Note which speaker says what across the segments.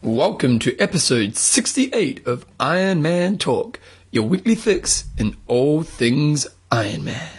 Speaker 1: Welcome to episode 68 of Iron Man Talk, your weekly fix in all things Iron Man.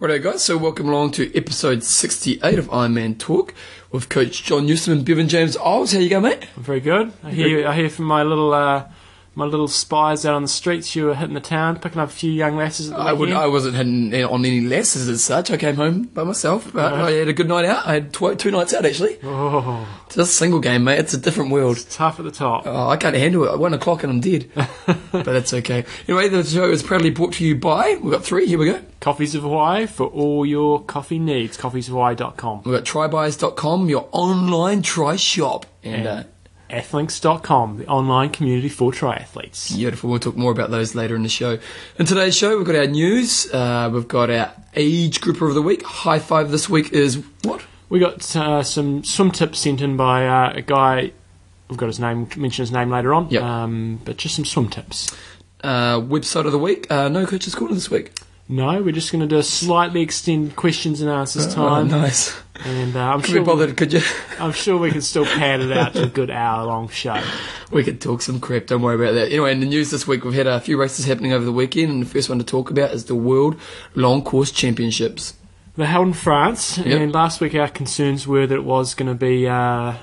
Speaker 1: Righto, guys, so welcome along to episode 68 of Iron Man Talk with Coach John Newsom and Bevan James Isles. How you go, mate?
Speaker 2: Very good. I hear, I hear from my little uh, my little spies out on the streets. You were hitting the town, picking up a few young lasses at the
Speaker 1: I, would,
Speaker 2: weekend.
Speaker 1: I wasn't hidden on any lasses as such. I came home by myself, but I had a good night out. I had tw- two nights out, actually.
Speaker 2: Oh,
Speaker 1: It's a single game, mate. It's a different world.
Speaker 2: it's tough at the top.
Speaker 1: Oh, I can't handle it. At one o'clock and I'm dead. but that's okay. Anyway, the show is proudly brought to you by. We've got three. Here we go.
Speaker 2: Coffees of Hawaii for all your coffee needs. Coffeesofhawaii.com.
Speaker 1: We've got trybuys.com, your online try shop. And
Speaker 2: And
Speaker 1: uh,
Speaker 2: Athlinks.com, the online community for triathletes.
Speaker 1: beautiful. We'll talk more about those later in the show. In today's show, we've got our news. Uh, we've got our age grouper of the week. High five this week is what?
Speaker 2: We got uh, some swim tips sent in by uh, a guy. We've got his name, mention his name later on.
Speaker 1: Yep.
Speaker 2: Um, but just some swim tips.
Speaker 1: Uh, website of the week. Uh, no coaches corner this week.
Speaker 2: No, we're just going to do a slightly extended questions and answers
Speaker 1: Oh,
Speaker 2: time.
Speaker 1: nice.
Speaker 2: And uh, I'm
Speaker 1: Could
Speaker 2: sure
Speaker 1: be bothered, could you?
Speaker 2: I'm sure we can still pad it out to a good hour long show.
Speaker 1: We could talk some crap, don't worry about that. Anyway, in the news this week, we've had a few races happening over the weekend, and the first one to talk about is the World Long Course Championships.
Speaker 2: They're held in France,
Speaker 1: Yep.
Speaker 2: and last week our concerns were that it was going to be. Uh,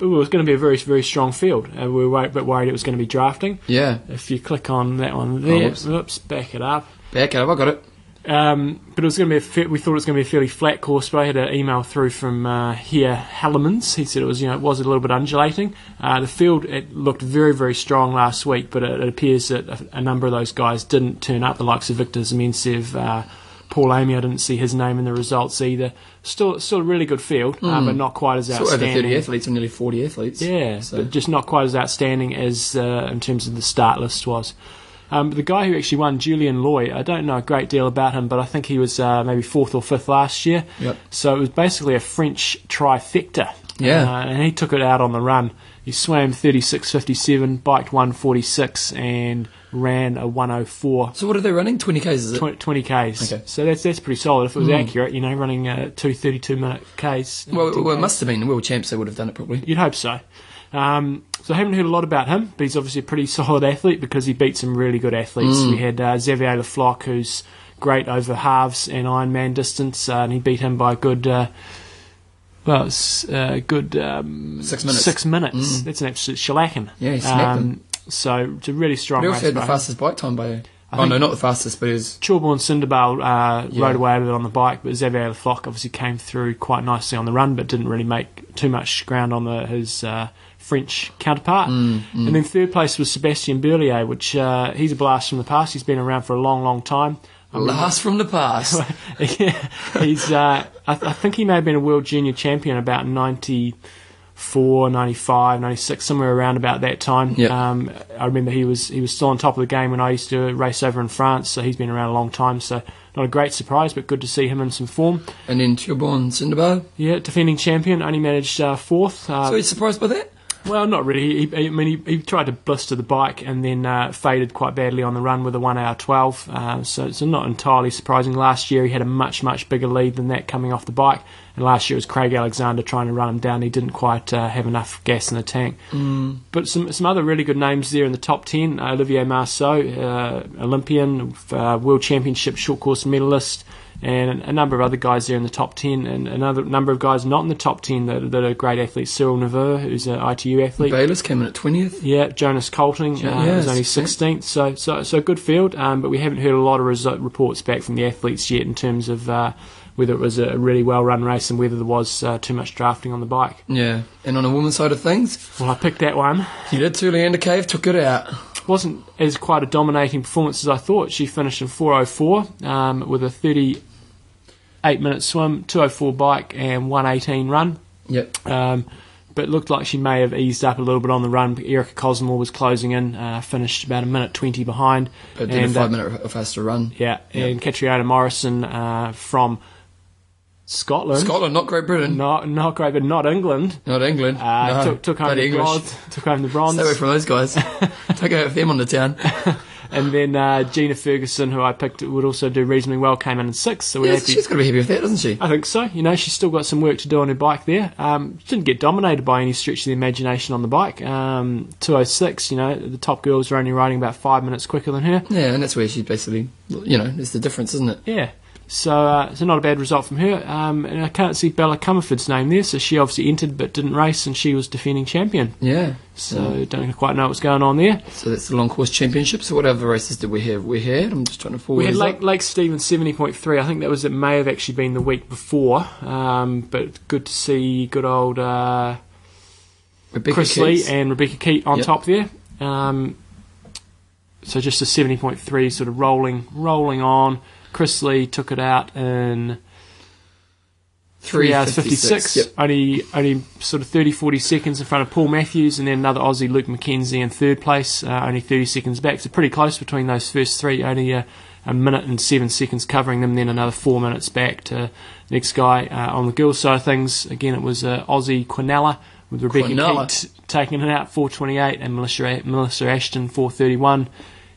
Speaker 2: it was going to be a very, very strong field. Uh, we were wor- a bit worried it was going to be drafting.
Speaker 1: Yeah,
Speaker 2: If you click on that one there,
Speaker 1: Oh, whoops.
Speaker 2: oops. back it up.
Speaker 1: back up, I got it.
Speaker 2: Um, but it was going to be. A fa- we thought it was going to be a fairly flat course. But I had an email through from uh, here Hallamans. He said it was, you know, it was a little bit undulating. Uh, the field it looked very, very strong last week, but it, it appears that a, a number of those guys didn't turn up. The likes of Victor Zimensev, uh, Paul Amy. I didn't see his name in the results either. Still, still a really good field, uh, but not quite as
Speaker 1: So over
Speaker 2: outstanding.
Speaker 1: 30 athletes, or nearly 40 athletes.
Speaker 2: Yeah,
Speaker 1: So-
Speaker 2: but just not quite as outstanding as uh, in terms of the start list was. Um, the guy who actually won, Julian Loy, I don't know a great deal about him, but I think he was uh, maybe fourth or fifth last year.
Speaker 1: Yep.
Speaker 2: So it was basically a French trifecta.
Speaker 1: Yeah.
Speaker 2: Uh, and he took it out on the run. He swam 36.57, biked 146, and ran a 104.
Speaker 1: So what are they running? 20 Ks, is it?
Speaker 2: 20, 20 Ks.
Speaker 1: Okay. Hmm.
Speaker 2: So that's that's pretty solid. If it was accurate, you know, running uh, two 32 minute Ks.
Speaker 1: Well, it-
Speaker 2: 10
Speaker 1: well, it
Speaker 2: Ks.
Speaker 1: must have been the world champs. They would have done it probably.
Speaker 2: You'd hope so. Um, so I haven't heard a lot about him, but he's obviously a pretty solid athlete because he beat some really good athletes.
Speaker 1: Mm.
Speaker 2: We had uh, Xavier Lafloc, who's great over halves and Ironman distance, uh, and he beat him by a good, uh, well, it's uh, good um,
Speaker 1: Six minutes.
Speaker 2: Six minutes. That's an absolute shellacking.
Speaker 1: Yeah, he
Speaker 2: Um,
Speaker 1: smacked
Speaker 2: So it's a really strong
Speaker 1: They
Speaker 2: race
Speaker 1: also had the
Speaker 2: by him.
Speaker 1: fastest bike time by.
Speaker 2: I
Speaker 1: oh
Speaker 2: think-
Speaker 1: no, not the fastest, but it was.
Speaker 2: Chilbourne Cinderbale uh,
Speaker 1: Yeah.
Speaker 2: rode away a bit on the bike, but Xavier Lafloc obviously came through quite nicely on the run, but didn't really make too much ground on the, his uh, French counterpart. And then third place was Sebastian Burlier, which uh, he's a blast from the past. He's been around for a long, long time. I mean,
Speaker 1: Last from the past.
Speaker 2: yeah, he's. Uh, I, I think he may have been a world junior champion about 94, 95, 96, somewhere around about that time.
Speaker 1: Yep.
Speaker 2: Um, I remember he was he was still on top of the game when I used to race over in France, so he's been around a long time. So not a great surprise, but good to see him in some form.
Speaker 1: and then Turbon Cinderbar.
Speaker 2: Yeah, defending champion, only managed uh, fourth. Uh,
Speaker 1: So he's surprised by that?
Speaker 2: well, not really. He, he, I mean, he, he tried to blister the bike and then uh, faded quite badly on the run with a 1 hour 12. Uh, so it's not entirely surprising. Last year he had a much, much bigger lead than that coming off the bike. And last year it was Craig Alexander trying to run him down. He didn't quite uh, have enough gas in the tank. Mm. But some, some other really good names there in the top 10 uh, Olivier Marceau, uh, Olympian, uh, World Championship short course medalist and a number of other guys there in the top 10, and another number of guys not in the top 10 that, that are great athletes. Cyril Neveu, who's an ITU athlete.
Speaker 1: Bayless came in at 20th.
Speaker 2: yeah, Jonas Colting
Speaker 1: Yeah,
Speaker 2: uh,
Speaker 1: yeah,
Speaker 2: was only
Speaker 1: it's great.
Speaker 2: 16th, so so so good field. Um, but we haven't heard a lot of result, reports back from the athletes yet in terms of uh, whether it was a really well run race and whether there was uh, too much drafting on the bike.
Speaker 1: Yeah. And on the women's side of things,
Speaker 2: Well, I picked that one.
Speaker 1: you did too. Leander Cave took it out.
Speaker 2: wasn't as quite a dominating performance as I thought. She finished in 4:04 um, with a 38 minute swim, 2:04 bike, and 1:18 run.
Speaker 1: Yep.
Speaker 2: Um, but looked like she may have eased up a little bit on the run. Erica Cosmore was closing in, uh, finished about a minute 20 behind.
Speaker 1: But then a
Speaker 2: And, uh,
Speaker 1: five minute minute faster run.
Speaker 2: yeah, and Catriona Morrison uh, from Scotland.
Speaker 1: Scotland, not Great Britain,
Speaker 2: Not not great, but not England.
Speaker 1: not England.
Speaker 2: Uh,
Speaker 1: no,
Speaker 2: took, took home
Speaker 1: bloody
Speaker 2: the
Speaker 1: English.
Speaker 2: bronze. Took home the bronze.
Speaker 1: Stay away from those guys. Don't go with them on the town.
Speaker 2: and then uh, Gina Ferguson, who I picked, would also do reasonably well. Came in in sixth, so we're
Speaker 1: Yeah,
Speaker 2: happy.
Speaker 1: she's got to be happy with that, doesn't she?
Speaker 2: I think so. You know, she's still got some work to do on her bike there. Um, she didn't get dominated by any stretch of the imagination on the bike. Um, 206, you know, the top girls are only riding about five minutes quicker than her.
Speaker 1: Yeah, and that's where she basically, you know, it's the difference, isn't it?
Speaker 2: Yeah. So, uh, so not a bad result from her. Um, and I can't see Bella Comerford's name there, so she obviously entered but didn't race, and she was defending champion.
Speaker 1: Yeah.
Speaker 2: So don't quite know what's going on there.
Speaker 1: So that's the long course championship. So what other races did we have? We had. I'm just trying to forward.
Speaker 2: We had
Speaker 1: these
Speaker 2: Lake,
Speaker 1: up.
Speaker 2: Lake Stephen 70.3. I think that was, it may have actually been the week before. Um, but good to see good old uh,
Speaker 1: Rebecca
Speaker 2: Chris
Speaker 1: Keats.
Speaker 2: Lee and Rebecca Keat on
Speaker 1: Yep.
Speaker 2: top there. Um, so just a 70.3 sort of rolling rolling on. Chris Lee took it out in 3 hours 56,
Speaker 1: Yep.
Speaker 2: only, only sort of 30, 40 seconds in front of Paul Matthews and then another Aussie, Luke McKenzie, in third place, uh, only 30 seconds back. So pretty close between those first three, only uh, a minute and seven seconds covering them, then another four minutes back to next guy. Uh, on the girls' side of things, again, it was uh, Aussie Quinella with Rebecca
Speaker 1: Quinella.
Speaker 2: Keat taking it out, 428, and Melissa, Melissa Ashton, 431.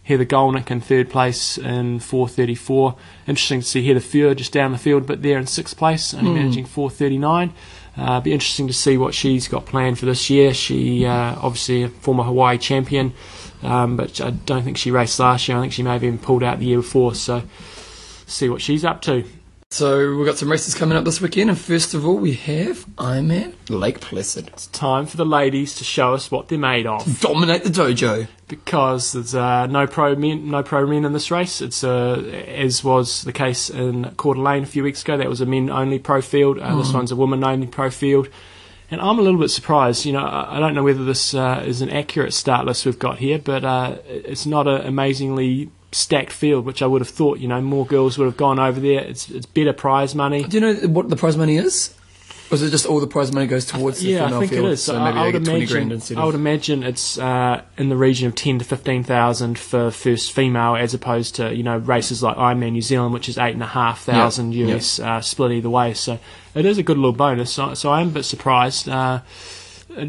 Speaker 2: Heather Golnick in third place in 434. Interesting to see Heather Fuhr just down the field, but there in sixth place, only managing 439. Uh, be interesting to see what she's got planned for this year. She uh, obviously a former Hawaii champion, um, but I don't think she raced last year. I think she may have even pulled out the year before. So see what she's up to.
Speaker 1: So we've got some races coming up this weekend, and first of all we have Ironman Lake Placid.
Speaker 2: It's time for the ladies to show us what they're made of.
Speaker 1: Dominate the dojo.
Speaker 2: because there's uh, no pro men, no pro men in this race. It's uh, as was the case in Coeur d'Alene a few weeks ago. That was a men only pro field. Uh, This one's a woman only pro field. And I'm a little bit surprised. You know, I I don't know whether this uh, is an accurate start list we've got here, but uh, it's not an amazingly stacked field, which I would have thought. You know, more girls would have gone over there. It's it's better prize money.
Speaker 1: Do you know what the prize money is? Or is it just all the prize money goes towards the
Speaker 2: yeah,
Speaker 1: female
Speaker 2: I think
Speaker 1: field?
Speaker 2: it is.
Speaker 1: So
Speaker 2: I-
Speaker 1: maybe they
Speaker 2: I,
Speaker 1: get
Speaker 2: would
Speaker 1: twenty
Speaker 2: imagine,
Speaker 1: grand instead
Speaker 2: I would
Speaker 1: of
Speaker 2: imagine it's uh, in the region of ten to fifteen thousand for first female, as opposed to you know races like Ironman New Zealand, which is eight and a half thousand
Speaker 1: Yeah, yeah.
Speaker 2: US Uh, split either way. So it is a good little bonus. So, so I am a bit surprised. Uh,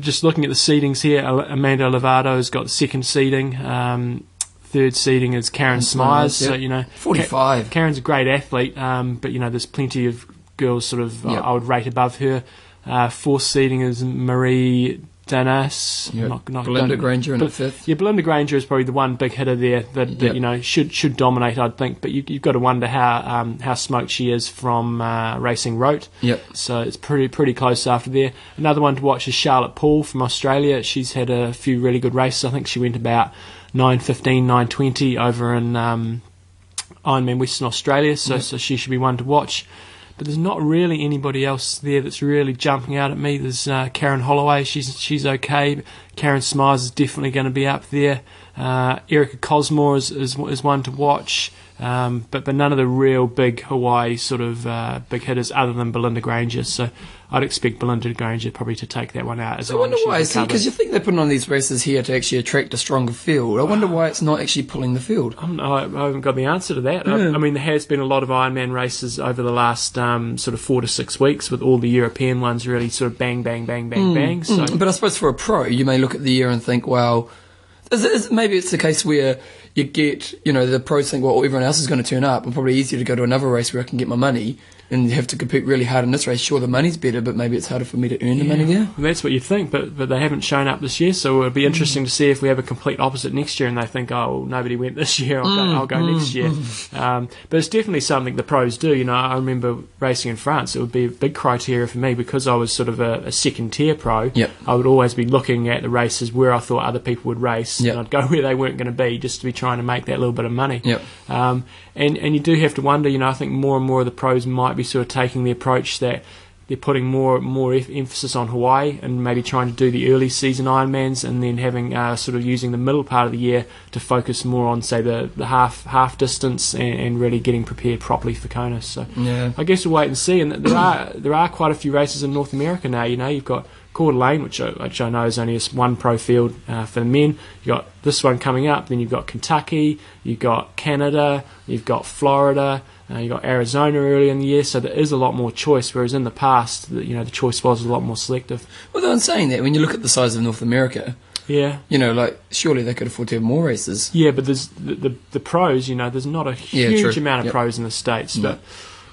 Speaker 2: just looking at the seedings here, Al- Amanda Lovato has got the second seeding. Um, third seeding is Karen
Speaker 1: And
Speaker 2: Smyers.
Speaker 1: Smyers, yeah.
Speaker 2: So you know,
Speaker 1: forty five.
Speaker 2: Karen's a great athlete, um, but you know there's plenty of girls sort of uh,
Speaker 1: Yeah.
Speaker 2: I would rate above her. Uh, fourth seeding is Marie Danas.
Speaker 1: Yeah.
Speaker 2: Not, not
Speaker 1: Belinda
Speaker 2: don't-
Speaker 1: Granger in
Speaker 2: but-
Speaker 1: at fifth.
Speaker 2: Yeah, Belinda Granger is probably the one big hitter there that, that
Speaker 1: Yeah.
Speaker 2: you know should should dominate, I'd think. But you, you've got to wonder how um, how smoked she is from uh, racing Rote.
Speaker 1: Yep.
Speaker 2: So it's pretty pretty close after there. Another one to watch is Charlotte Paul from Australia. She's had a few really good races. I think she went about 9.15, 9.20 over in um, Ironman Western Australia, so, so she should be one to watch. But there's not really anybody else there that's really jumping out at me. There's uh, Karen Holloway, she's she's okay. Karen Smyers is definitely going to be up there. Uh, Erica Cosmore is, is is one to watch. Um, but but none of the real big Hawaii sort of uh, big hitters other than Belinda Granger. So I'd expect Belinda Granger probably to take that one out as
Speaker 1: I
Speaker 2: long
Speaker 1: wonder
Speaker 2: as she's
Speaker 1: why. See,
Speaker 2: recovered.
Speaker 1: because you think they're putting on these races here to actually attract a stronger field. I wonder why it's not actually pulling the field.
Speaker 2: I'm, I I haven't got the answer to that. I,
Speaker 1: Yeah.
Speaker 2: I mean, there has been a lot of Ironman races over the last um, sort of four to six weeks, with all the European ones really sort of bang, bang, bang, bang, bang. So
Speaker 1: Mm, But I suppose for a pro, you may look at the year and think, well, is it, is it, maybe it's the case where you get, you know, the pros think, well, everyone else is going to turn up. and probably easier to go to another race where I can get my money and have to compete really hard in this race. Sure, the money's better, but maybe it's harder for me to earn the money there.
Speaker 2: Well, that's what you think, but but they haven't shown up this year, so it'll be
Speaker 1: Hmm.
Speaker 2: interesting to see if we have a complete opposite next year, and they think, oh, well, nobody went this year, I'll
Speaker 1: Hmm.
Speaker 2: go, I'll go next year. Um, but it's definitely something the pros do. You know, I remember racing in France; it would be a big criteria for me because I was sort of a, a second tier pro.
Speaker 1: Yep.
Speaker 2: I would always be looking at the races where I thought other people would race,
Speaker 1: Yep.
Speaker 2: and I'd go where they weren't going to be, just to be trying to make that little bit of money.
Speaker 1: Yep.
Speaker 2: Um, and and you do have to wonder, you know, I think more and more of the pros might be sort of taking the approach that they're putting more more em- emphasis on Hawaii and maybe trying to do the early season Ironmans and then having uh, sort of using the middle part of the year to focus more on say the, the half half distance and, and really getting prepared properly for Kona. So
Speaker 1: Yeah.
Speaker 2: I guess we'll wait and see. And there are there are quite a few races in North America now. You know, you've got Coeur d'Alene, which I, which I know is only just one pro field uh, for the men. You've got this one coming up. Then you've got Kentucky. You've got Canada. You've got Florida. Uh, you got Arizona early in the year, so there is a lot more choice. Whereas in the past, the, you know, the choice was a lot more selective.
Speaker 1: Although in saying that, when you look at the size of North America,
Speaker 2: Yeah,
Speaker 1: you know, like surely they could afford to have more races.
Speaker 2: yeah, but there's the the, the pros. You know, there's not a
Speaker 1: Yeah,
Speaker 2: huge
Speaker 1: true.
Speaker 2: amount of
Speaker 1: Yep.
Speaker 2: pros in the states.
Speaker 1: No.
Speaker 2: But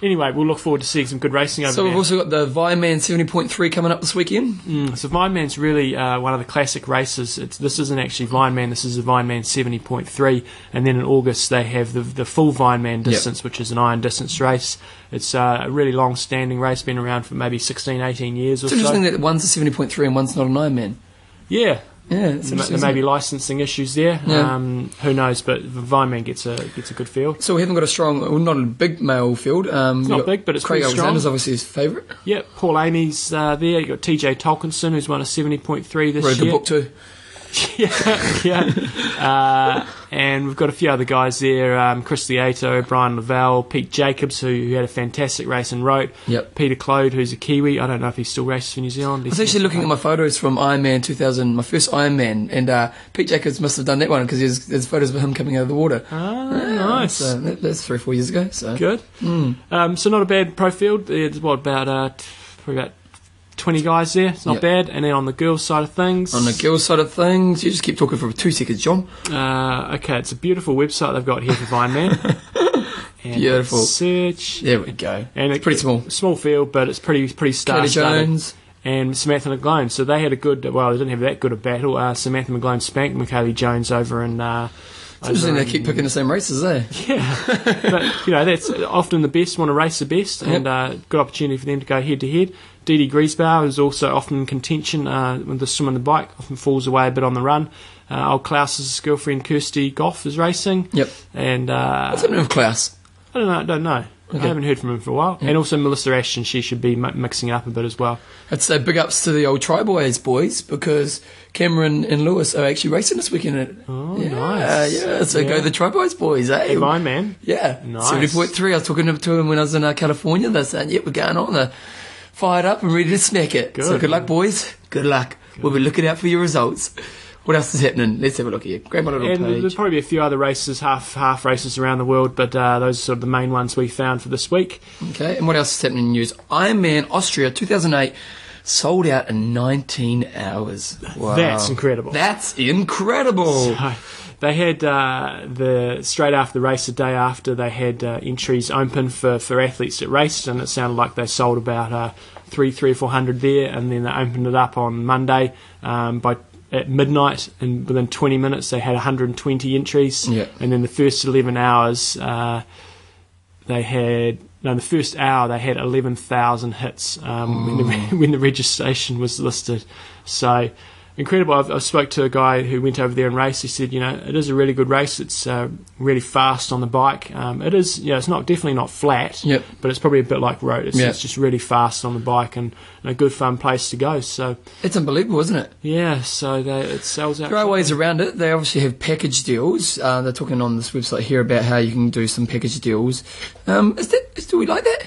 Speaker 2: anyway, we'll look forward to seeing some good racing over
Speaker 1: So
Speaker 2: there.
Speaker 1: we've also got the Viaman 70.3 coming up this weekend.
Speaker 2: Mm, so Vineman's really uh, one of the classic races. It's, this isn't actually Vineman, this is a Vineman 70.3. And then in August, they have the, the full Vineman distance, which is an iron distance race. It's uh, a really long standing race, been around for maybe 16, 18 years or
Speaker 1: It's
Speaker 2: so.
Speaker 1: interesting that one's a 70.3 and one's not an Ironman.
Speaker 2: yeah,
Speaker 1: Yeah, it's
Speaker 2: there, ma-
Speaker 1: interesting.
Speaker 2: there
Speaker 1: isn't
Speaker 2: may be
Speaker 1: it?
Speaker 2: licensing issues there.
Speaker 1: Yeah.
Speaker 2: Um, who knows, but Vineman gets a, gets a good field.
Speaker 1: So we haven't got a strong, well, not a big male field. Um,
Speaker 2: It's
Speaker 1: we've got
Speaker 2: not big, but it's
Speaker 1: Craig
Speaker 2: pretty strong.
Speaker 1: Alexander's obviously his favourite.
Speaker 2: Yeah, Paul Amy's uh, there. You've got TJ Tolkinson, who's won a 70.3
Speaker 1: Wrote
Speaker 2: this
Speaker 1: a
Speaker 2: year.
Speaker 1: good book too.
Speaker 2: yeah, yeah. Uh, and we've got a few other guys there: um, Chris Lieto, Brian Lavelle, Pete Jacobs, who, who had a fantastic race and wrote.
Speaker 1: Yep.
Speaker 2: Peter Clode, who's a Kiwi. I don't know if he still races for New Zealand.
Speaker 1: I was actually looking at my photos from Ironman 2000, my first Ironman, and uh, Pete Jacobs must have done that one because there's, there's photos of him coming out of the water.
Speaker 2: Ah,
Speaker 1: Yeah,
Speaker 2: nice.
Speaker 1: So that, that's three or four years ago. So Hmm.
Speaker 2: Good. Um, so not a bad pro field. There's what about uh, t- probably about twenty guys there. It's not
Speaker 1: Yep.
Speaker 2: bad. And then on the girls' side of things,
Speaker 1: on the girls' side of things, you just keep talking for two seconds, John.
Speaker 2: Uh, okay, it's a beautiful website they've got here for Vine Man. And
Speaker 1: Beautiful.
Speaker 2: Search.
Speaker 1: There we go.
Speaker 2: And
Speaker 1: It's pretty small.
Speaker 2: Small field, but it's pretty pretty
Speaker 1: Katie
Speaker 2: star
Speaker 1: Jones.
Speaker 2: and Samantha McGlone. So they had a good, well, they didn't have that good a battle. Uh, Samantha McGlone spanked Michaeli Jones over in. Uh,
Speaker 1: It's interesting
Speaker 2: over
Speaker 1: they
Speaker 2: in-
Speaker 1: keep picking the same races, eh?
Speaker 2: Yeah, but you know that's often the best want to race the best, and uh, good opportunity for them to go head to head. Dee Dee Griesbauer is also often in contention uh, with the swim and the bike, often falls away a bit on the run. Uh, old Klaus's girlfriend Kirsty Goff is racing,
Speaker 1: Yep.
Speaker 2: and uh,
Speaker 1: What's happening with Klaus?
Speaker 2: I don't know, I don't know. I
Speaker 1: Okay.
Speaker 2: haven't heard from him for a while. And also Melissa Ashton, she should be mi- mixing it up a bit as well.
Speaker 1: I'd say uh, big ups to the old Tri Boys boys because Cameron and Lewis are actually racing this weekend.
Speaker 2: Oh,
Speaker 1: yeah,
Speaker 2: nice.
Speaker 1: Yeah, so
Speaker 2: Yeah.
Speaker 1: go the Tri Boys boys, eh?
Speaker 2: Hey, Vine Man.
Speaker 1: Yeah,
Speaker 2: Nice.
Speaker 1: seventy point three. I was talking to him when I was in uh, California. They said, "Yep, we're going on. They're fired up and ready to smack it." So
Speaker 2: Good.
Speaker 1: good luck, boys. Good luck. We'll be looking out for your results. What else is happening? Let's have a look here. Grab my little
Speaker 2: And
Speaker 1: page.
Speaker 2: there'll probably be a few other races, half half races around the world, but uh, those are sort of the main ones we found for this week.
Speaker 1: Okay, and what else is happening in news? Ironman Austria 2008 sold out in 19 hours. Wow.
Speaker 2: That's incredible.
Speaker 1: That's incredible.
Speaker 2: So they had uh, the straight after the race, the day after, they had uh, entries open for, for athletes that raced, and it sounded like they sold about uh, three, three or four hundred there, and then they opened it up on Monday um, by. At midnight, and within 20 minutes, they had 120 entries.
Speaker 1: Yeah.
Speaker 2: And then the first 11 hours, uh, they had no, in the first hour they had eleven thousand hits um, when, the, when the registration was listed. So incredible. I've, I spoke to a guy who went over there and raced. He said, you know, it is a really good race. It's uh, really fast on the bike. Um, it is, you know, it's not definitely not flat,
Speaker 1: Yep.
Speaker 2: but it's probably a bit like road. It's,
Speaker 1: Yeah.
Speaker 2: it's just really fast on the bike and, and a good fun place to go. So
Speaker 1: It's unbelievable, isn't it?
Speaker 2: yeah, so they, it sells out.
Speaker 1: There are ways around it. They obviously have package deals. Uh, they're talking on this website here about how you can do some package deals. Um, is that is, do we like that?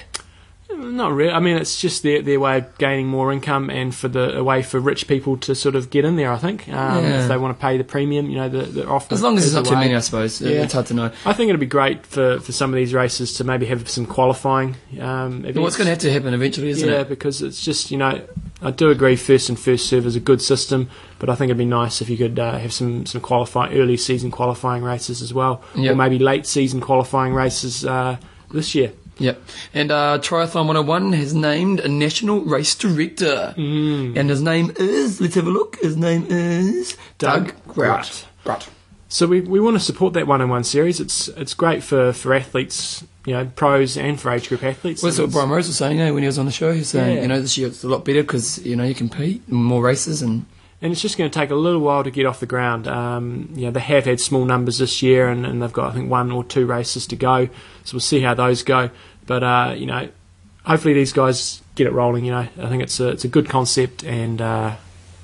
Speaker 2: Not really. I mean, it's just their their way of gaining more income and for the a way for rich people to sort of get in there. I think um,
Speaker 1: Yeah.
Speaker 2: if they want to pay the premium, you know, the, the often
Speaker 1: As long as
Speaker 2: is
Speaker 1: there's not
Speaker 2: a
Speaker 1: too
Speaker 2: way.
Speaker 1: many, I suppose. It-
Speaker 2: Yeah.
Speaker 1: It's hard to know.
Speaker 2: I think it'd be great for, for some of these races to maybe have some qualifying. Um,
Speaker 1: But what's going to have to happen eventually, isn't
Speaker 2: yeah,
Speaker 1: it?
Speaker 2: because it's just you know, I do agree first and first serve is a good system, but I think it'd be nice if you could uh, have some some qualify early season qualifying races as well,
Speaker 1: Yeah.
Speaker 2: or maybe late season qualifying races uh, this year.
Speaker 1: Yep. And uh, Triathlon 101 has named a national race director. Mm. And his name is, let's have a look, his name is Doug,
Speaker 2: Doug
Speaker 1: Grout. Grout.
Speaker 2: So we, we want to support that one on one series. It's it's great for, for athletes, you know, pros and for age group athletes.
Speaker 1: Well, that's what
Speaker 2: And it's-
Speaker 1: Brian Rose was saying eh, when he was on the show. He was saying,
Speaker 2: Yeah.
Speaker 1: you know, this year it's a lot better because, you know, you compete in more races and
Speaker 2: and it's just going to take a little while to get off the ground. Um, you know, they have had small numbers this year, and, and they've got I think one or two races to go. So we'll see how those go. But uh, you know, hopefully these guys get it rolling. You know, I think it's a it's a good concept, and uh,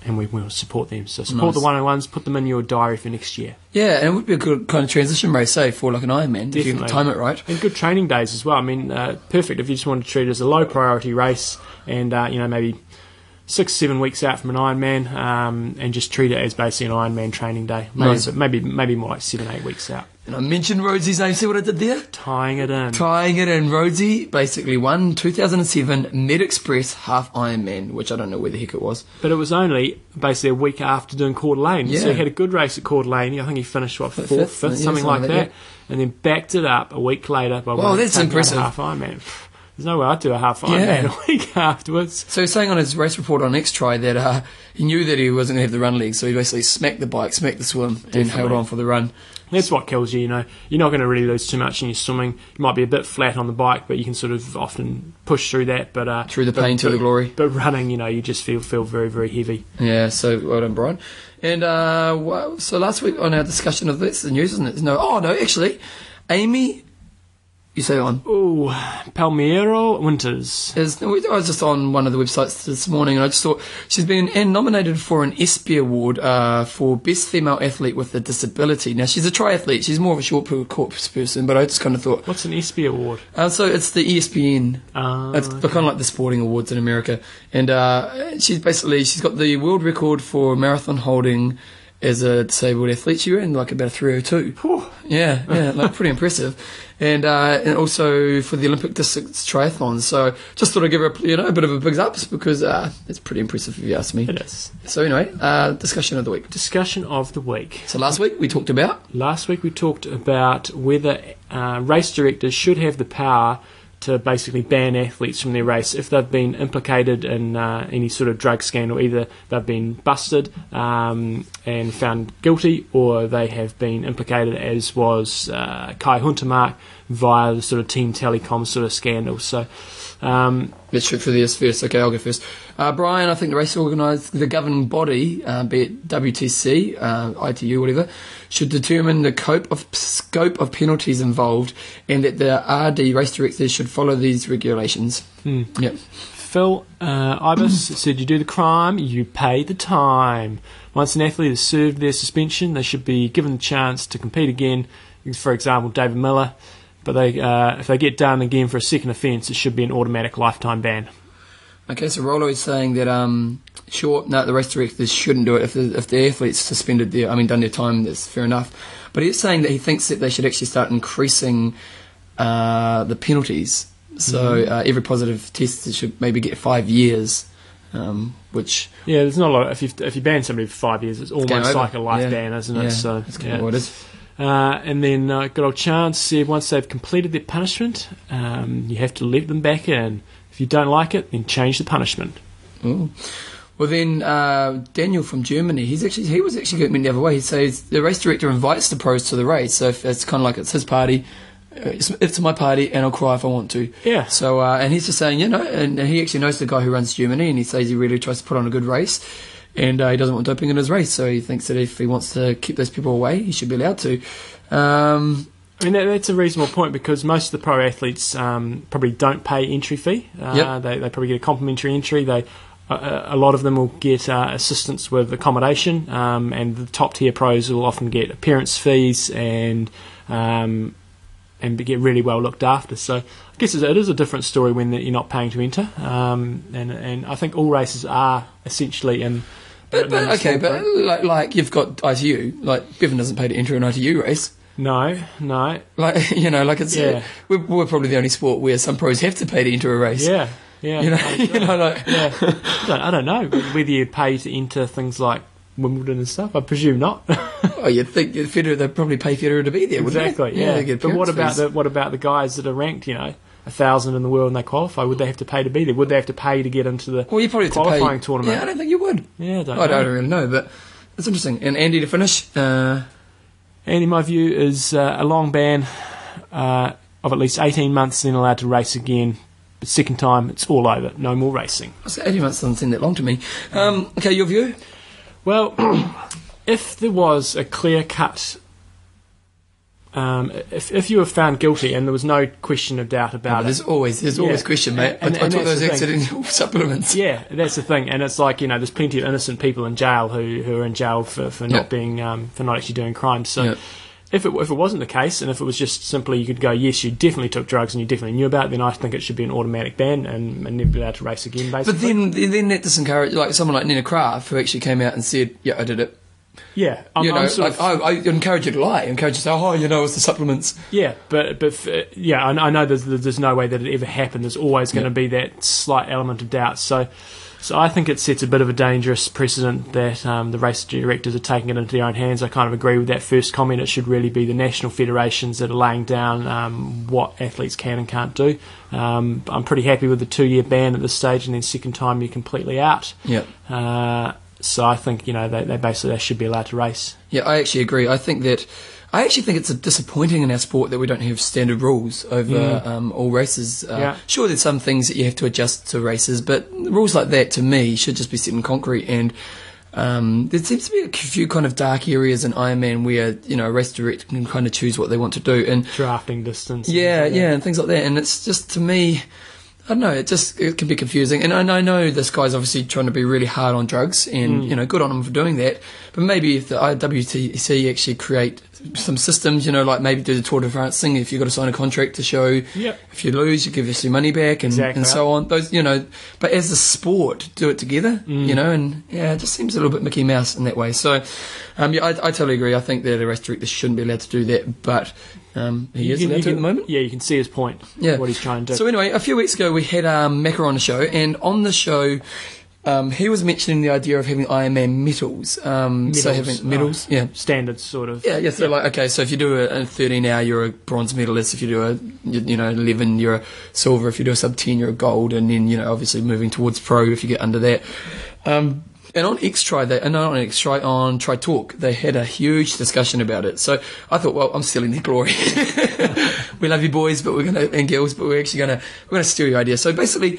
Speaker 2: and we will support them. So support
Speaker 1: Nice.
Speaker 2: the one on ones. Put them in your diary for next year.
Speaker 1: yeah, and it would be a good kind of transition race, say, for like an Ironman if you can
Speaker 2: Definitely.
Speaker 1: time it right.
Speaker 2: And good training days as well. I mean, uh, perfect if you just want to treat it as a low priority race and, uh, you know, maybe six seven weeks out from an Ironman, um, and just treat it as basically an Ironman training day. Maybe,
Speaker 1: Nice.
Speaker 2: maybe maybe more like seven eight weeks out.
Speaker 1: And I mentioned Rosie's name. See what I did there?
Speaker 2: Tying it in.
Speaker 1: Trying it in. Rosie basically won 2007 Med Express Half Ironman, which I don't know where the heck it was.
Speaker 2: But it was only basically a week after doing Coeur d'Alene. So
Speaker 1: Yeah.
Speaker 2: he had a good race at Coeur d'Alene. I think he finished, what, fourth,
Speaker 1: fifth,
Speaker 2: fifth,
Speaker 1: yeah,
Speaker 2: something like that.
Speaker 1: something like
Speaker 2: And then backed it up a week later by
Speaker 1: Wow, that's
Speaker 2: taking out a
Speaker 1: impressive.
Speaker 2: half Ironman. Pff, There's no way I'd do a half Ironman
Speaker 1: Yeah.
Speaker 2: a week afterwards.
Speaker 1: So he's saying on his race report on X Try that uh, he knew that he wasn't going to have the run leg, so he basically smacked the bike, smacked the swim, and held on for the run.
Speaker 2: That's what kills you, you know. You're not going to really lose too much in your swimming. You might be a bit flat on the bike, but you can sort of often push through that. But uh,
Speaker 1: Through the
Speaker 2: but-
Speaker 1: pain to
Speaker 2: but-
Speaker 1: the glory.
Speaker 2: But running, you know, you just feel feel very very heavy.
Speaker 1: Yeah, so well done, Brian. And uh, well, so last week on our discussion of this, the news, isn't it? No, oh no, actually, Amy, you say on.
Speaker 2: Oh, Palmiero Winters.
Speaker 1: Is, I was just on one of the websites this morning, and I just thought she's been and nominated for an ESPY award uh, for best female athlete with a disability. Now she's a triathlete; she's more of a short corpse person, but I just kind of thought.
Speaker 2: What's an ESPY award?
Speaker 1: Uh, so it's the ESPN
Speaker 2: Uh,
Speaker 1: It's kind of like the sporting awards in America, and uh, she's basically she's got the world record for marathon holding as a disabled athlete. She ran like about a three oh two.
Speaker 2: Phew.
Speaker 1: Yeah, yeah, like pretty impressive, and uh, and also for the Olympic distance triathlon. So just thought I'd give her a, you know a bit of a big ups because uh, it's pretty impressive if you ask me.
Speaker 2: It is.
Speaker 1: So anyway, uh, discussion of the week.
Speaker 2: Discussion of the week.
Speaker 1: So last week we talked about
Speaker 2: Last week we talked about whether uh, race directors should have the power to basically ban athletes from their race if they've been implicated in uh, any sort of drug scandal. Either they've been busted um, and found guilty, or they have been implicated, as was uh, Kai Huntermark, via the sort of Team Telecom sort of scandal. So. Um,
Speaker 1: Let's shoot for this first. Okay, I'll go first. Uh, Brian, I think the race organised, the governing body, uh, be it WTC, uh, ITU, whatever, should determine the cope of, scope of penalties involved and that the RD race directors should follow these regulations.
Speaker 2: hmm.
Speaker 1: Yep.
Speaker 2: Phil uh, Ibis said, "You do the crime, you pay the time. Once an athlete has served their suspension, they should be given the chance to compete again. For example, David Miller. But they, uh, if they get done again for a second offence, it should be an automatic lifetime ban.
Speaker 1: Okay, so Rollo is saying that, um, sure, no, the race directors shouldn't do it. If the, if the athletes suspended their, I mean, done their time, that's fair enough. But he's saying that he thinks that they should actually start increasing uh, the penalties. So
Speaker 2: Mm-hmm.
Speaker 1: uh, every positive test should maybe get five years, um, which
Speaker 2: Yeah, there's not a lot. If you if you ban somebody for five years, it's almost
Speaker 1: game over.
Speaker 2: like a life
Speaker 1: Yeah.
Speaker 2: ban, isn't it?
Speaker 1: yeah,
Speaker 2: so
Speaker 1: that's kind
Speaker 2: yeah.
Speaker 1: of what it is.
Speaker 2: Uh, and then uh, good old Chance said once they've completed their punishment, um, you have to let them back in. If you don't like it, then change the punishment.
Speaker 1: Ooh. Mm. Well, then uh, Daniel from Germany, he's actually he was actually going the other way. He says the race director invites the pros to the race, so if it's kind of like it's his party. uh, It's, it's my party, and I'll cry if I want to.
Speaker 2: Yeah.
Speaker 1: So, uh, and he's just saying, you know, and he actually knows the guy who runs Germany, and he says he really tries to put on a good race, and uh, he doesn't want doping in his race, so he thinks that if he wants to keep those people away, he should be allowed to. Um,
Speaker 2: I mean, that, that's a reasonable point because most of the pro athletes um, probably don't pay entry fee. Uh,
Speaker 1: Yep.
Speaker 2: they, they probably get a complimentary entry. They a, a lot of them will get uh, assistance with accommodation, um, and the top tier pros will often get appearance fees and um, and be- get really well looked after. So I guess it's- it is a different story when you're not paying to enter. Um, and and I think all races are essentially in.
Speaker 1: but, but
Speaker 2: in this
Speaker 1: okay,
Speaker 2: sort of
Speaker 1: but like, like you've got ITU, like Bevan doesn't pay to enter an ITU race.
Speaker 2: no, no,
Speaker 1: Like you know, like it's
Speaker 2: Yeah.
Speaker 1: we're, we're probably the only sport where some pros have to pay to enter a race.
Speaker 2: yeah, yeah.
Speaker 1: You know, you know, like
Speaker 2: yeah, I don't, I don't know whether you pay to enter things like Wimbledon and stuff. I presume not.
Speaker 1: oh, you'd think that Federer they'd probably pay Federer to be there, wouldn't
Speaker 2: exactly.
Speaker 1: they?
Speaker 2: Yeah.
Speaker 1: they get
Speaker 2: but what
Speaker 1: appearance
Speaker 2: about
Speaker 1: fees.
Speaker 2: the what about the guys that are ranked? You know, a thousand in the world and they qualify. Would they have to pay to be there? Would they have to pay to get into the?
Speaker 1: Well, you probably have to pay.
Speaker 2: qualifying tournament?
Speaker 1: Yeah, I don't think you would.
Speaker 2: Yeah, I don't.
Speaker 1: I
Speaker 2: know.
Speaker 1: don't really know, but it's interesting. And Andy to finish. Uh,
Speaker 2: And in my view, is uh, a long ban uh, of at least eighteen months, then allowed to race again. But second time, it's all over. No more racing.
Speaker 1: so eighty months doesn't seem that long to me. Um, okay, your view?
Speaker 2: Well, if there was a clear cut, um, if, if you were found guilty and there was no question of doubt
Speaker 1: Oh,
Speaker 2: about it.
Speaker 1: there's always there's
Speaker 2: Uh, Yeah.
Speaker 1: always question, mate.
Speaker 2: And-
Speaker 1: I, I
Speaker 2: and
Speaker 1: took those
Speaker 2: that's the thing.
Speaker 1: accidental supplements.
Speaker 2: Yeah, that's the thing, and it's like you know, there's plenty of innocent people in jail who, who are in jail for, for
Speaker 1: Yeah.
Speaker 2: not being um, for not actually doing crimes. So,
Speaker 1: Yeah.
Speaker 2: if it, if it wasn't the case, and if it was just simply you could go, yes, you definitely took drugs and you definitely knew about it, then I think it should be an automatic ban and, and never be allowed to race again, basically.
Speaker 1: But then, then that disencourages, like someone like Nina Kraft, who actually came out and said, "Yeah, I did it."
Speaker 2: yeah, I'm,
Speaker 1: you know,
Speaker 2: I'm sort
Speaker 1: like
Speaker 2: of-
Speaker 1: I, I encourage you to lie. I encourage you to say, "Oh, you know, it's the supplements."
Speaker 2: Yeah, but but f- uh, yeah, I, I know there's there's no way that it ever happened. There's always going
Speaker 1: Yeah.
Speaker 2: to be that slight element of doubt. So, so I think it sets a bit of a dangerous precedent that um, the race directors are taking it into their own hands. I kind of agree with that first comment. It should really be the national federations that are laying down um, what athletes can and can't do. Um, I'm pretty happy with the two year ban at this stage, and then second time you're completely out.
Speaker 1: Yeah.
Speaker 2: Uh, so I think you know they, they basically they should be allowed to race.
Speaker 1: Yeah, I actually agree. I think that I actually think it's disappointing in our sport that we don't have standard rules over um, all races. Uh,
Speaker 2: Yeah.
Speaker 1: Sure, there's some things that you have to adjust to races, but rules like that to me should just be set in concrete. And um, there seems to be a few kind of dark areas in Ironman where you know a race director can kind of choose what they want to do. And
Speaker 2: Drafting distance. and
Speaker 1: yeah,
Speaker 2: things like
Speaker 1: yeah, and things like that. And it's just to me, I don't know. It just it can be confusing. And I, and I know this guy's obviously trying to be really hard on drugs,
Speaker 2: Hmm.
Speaker 1: and you know, good on him for doing that. But maybe if the IWTC actually create some systems, you know, like maybe do the Tour de France thing. If you've got to sign a contract to show,
Speaker 2: Yep.
Speaker 1: if you lose, you give us your money back, and,
Speaker 2: Exactly.
Speaker 1: and so on. Those, you know, but as a sport, do it together,
Speaker 2: Hmm.
Speaker 1: you know. And yeah, it just seems a little bit Mickey Mouse in that way. So, um, yeah, I, I totally agree. I think that a race director shouldn't be allowed to do that, but. Um, he is
Speaker 2: You can-
Speaker 1: allowed
Speaker 2: you
Speaker 1: to at
Speaker 2: can-
Speaker 1: the moment.
Speaker 2: Yeah, you can see his point.
Speaker 1: Yeah.
Speaker 2: What he's trying to do.
Speaker 1: So anyway, a few weeks ago we had um, Macca on the show, and on the show. Um, he was mentioning the idea of having Ironman medals. Um, So
Speaker 2: Medals,
Speaker 1: having medals,
Speaker 2: uh,
Speaker 1: yeah.
Speaker 2: Standards, sort of.
Speaker 1: Yeah, yeah. So like, okay, so if you do a, a 13 hour, you're a bronze medalist. If you do a, you, you know, 11, you're a silver. If you do a sub 10, you're a gold. And then, you know, obviously moving towards pro if you get under that. Um, and on X Try, they, and not on X Try, on Try Talk, they had a huge discussion about it. So I thought, well, I'm stealing the glory. we love you boys, but we're gonna, and girls, but we're actually gonna, we're gonna steal your idea. So basically,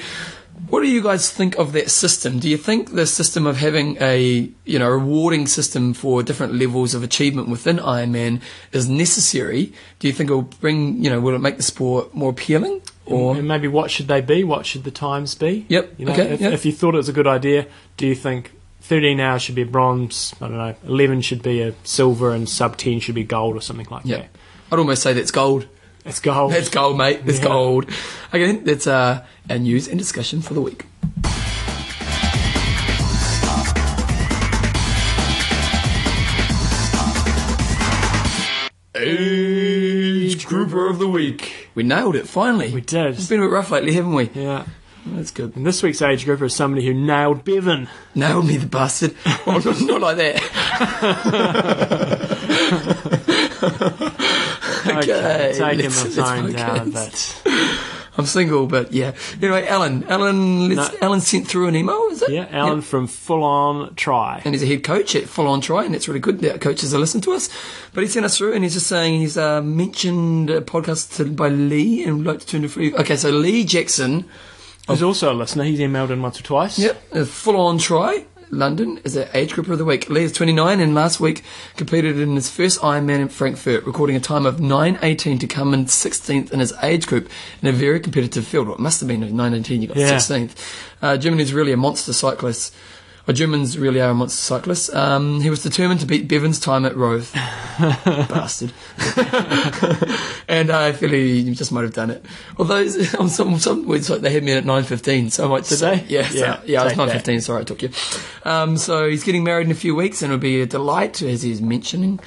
Speaker 1: what do you guys think of that system? Do you think the system of having a you know rewarding system for different levels of achievement within Ironman is necessary? Do you think it will bring you know will it make the sport more appealing? Or
Speaker 2: And maybe what should they be? What should the times be?
Speaker 1: Yep,
Speaker 2: You know,
Speaker 1: okay,
Speaker 2: if,
Speaker 1: yep.
Speaker 2: if you thought it was a good idea, do you think 13 hours should be a bronze? I don't know. 11 should be a silver, and sub 10 should be gold or something like
Speaker 1: yeah,
Speaker 2: that.
Speaker 1: I'd almost say that's gold.
Speaker 2: It's gold.
Speaker 1: That's gold, mate. That's
Speaker 2: Yeah.
Speaker 1: gold. Okay, that's uh, our news and discussion for the week. Age Grouper of the Week. We nailed it, finally.
Speaker 2: we did.
Speaker 1: It's been a bit rough lately, haven't we?
Speaker 2: Yeah.
Speaker 1: That's good.
Speaker 2: And this week's age grouper is somebody who nailed Bevan.
Speaker 1: Nailed me, the bastard. Well, not, not like that. Okay,
Speaker 2: Take him
Speaker 1: let's- let's
Speaker 2: the phone down a
Speaker 1: focus.
Speaker 2: bit.
Speaker 1: I'm single, but yeah. Anyway, Alan. Alan, let's,
Speaker 2: No.
Speaker 1: Alan sent through an email, is it?
Speaker 2: Yeah, Alan from Full On Try.
Speaker 1: and he's a head coach at Full On Try, and it's really good that coaches are listening to us. But he sent us through, and he's just saying he's uh, mentioned a podcast to- by Lee, and would like to turn to free. Okay, so Lee Jackson,
Speaker 2: He's also a listener. He's emailed in once or twice.
Speaker 1: yep, uh, Full On Try, London, is an age grouper of the week. Lee is 29, and last week competed in his first Ironman in Frankfurt, recording a time of 9.18 to come in 16th in his age group in a very competitive field. Well, it must have been 9.18, you got
Speaker 2: Yeah.
Speaker 1: 16th. Uh, Germany's really a monster cyclist. Well, Germans really are a monster cyclist. Um, he was determined to beat Bevan's time at Roth. Bastard. and I feel he just might have done it. Although it's- on some some website they had me in at nine fifteen, so I might just
Speaker 2: Did they?
Speaker 1: yeah, so-
Speaker 2: Yeah,
Speaker 1: yeah, I was
Speaker 2: take
Speaker 1: nine
Speaker 2: that.
Speaker 1: fifteen. Sorry, I took you. Um, so he's getting married in a few weeks, and it'll be a delight, as he's mentioning,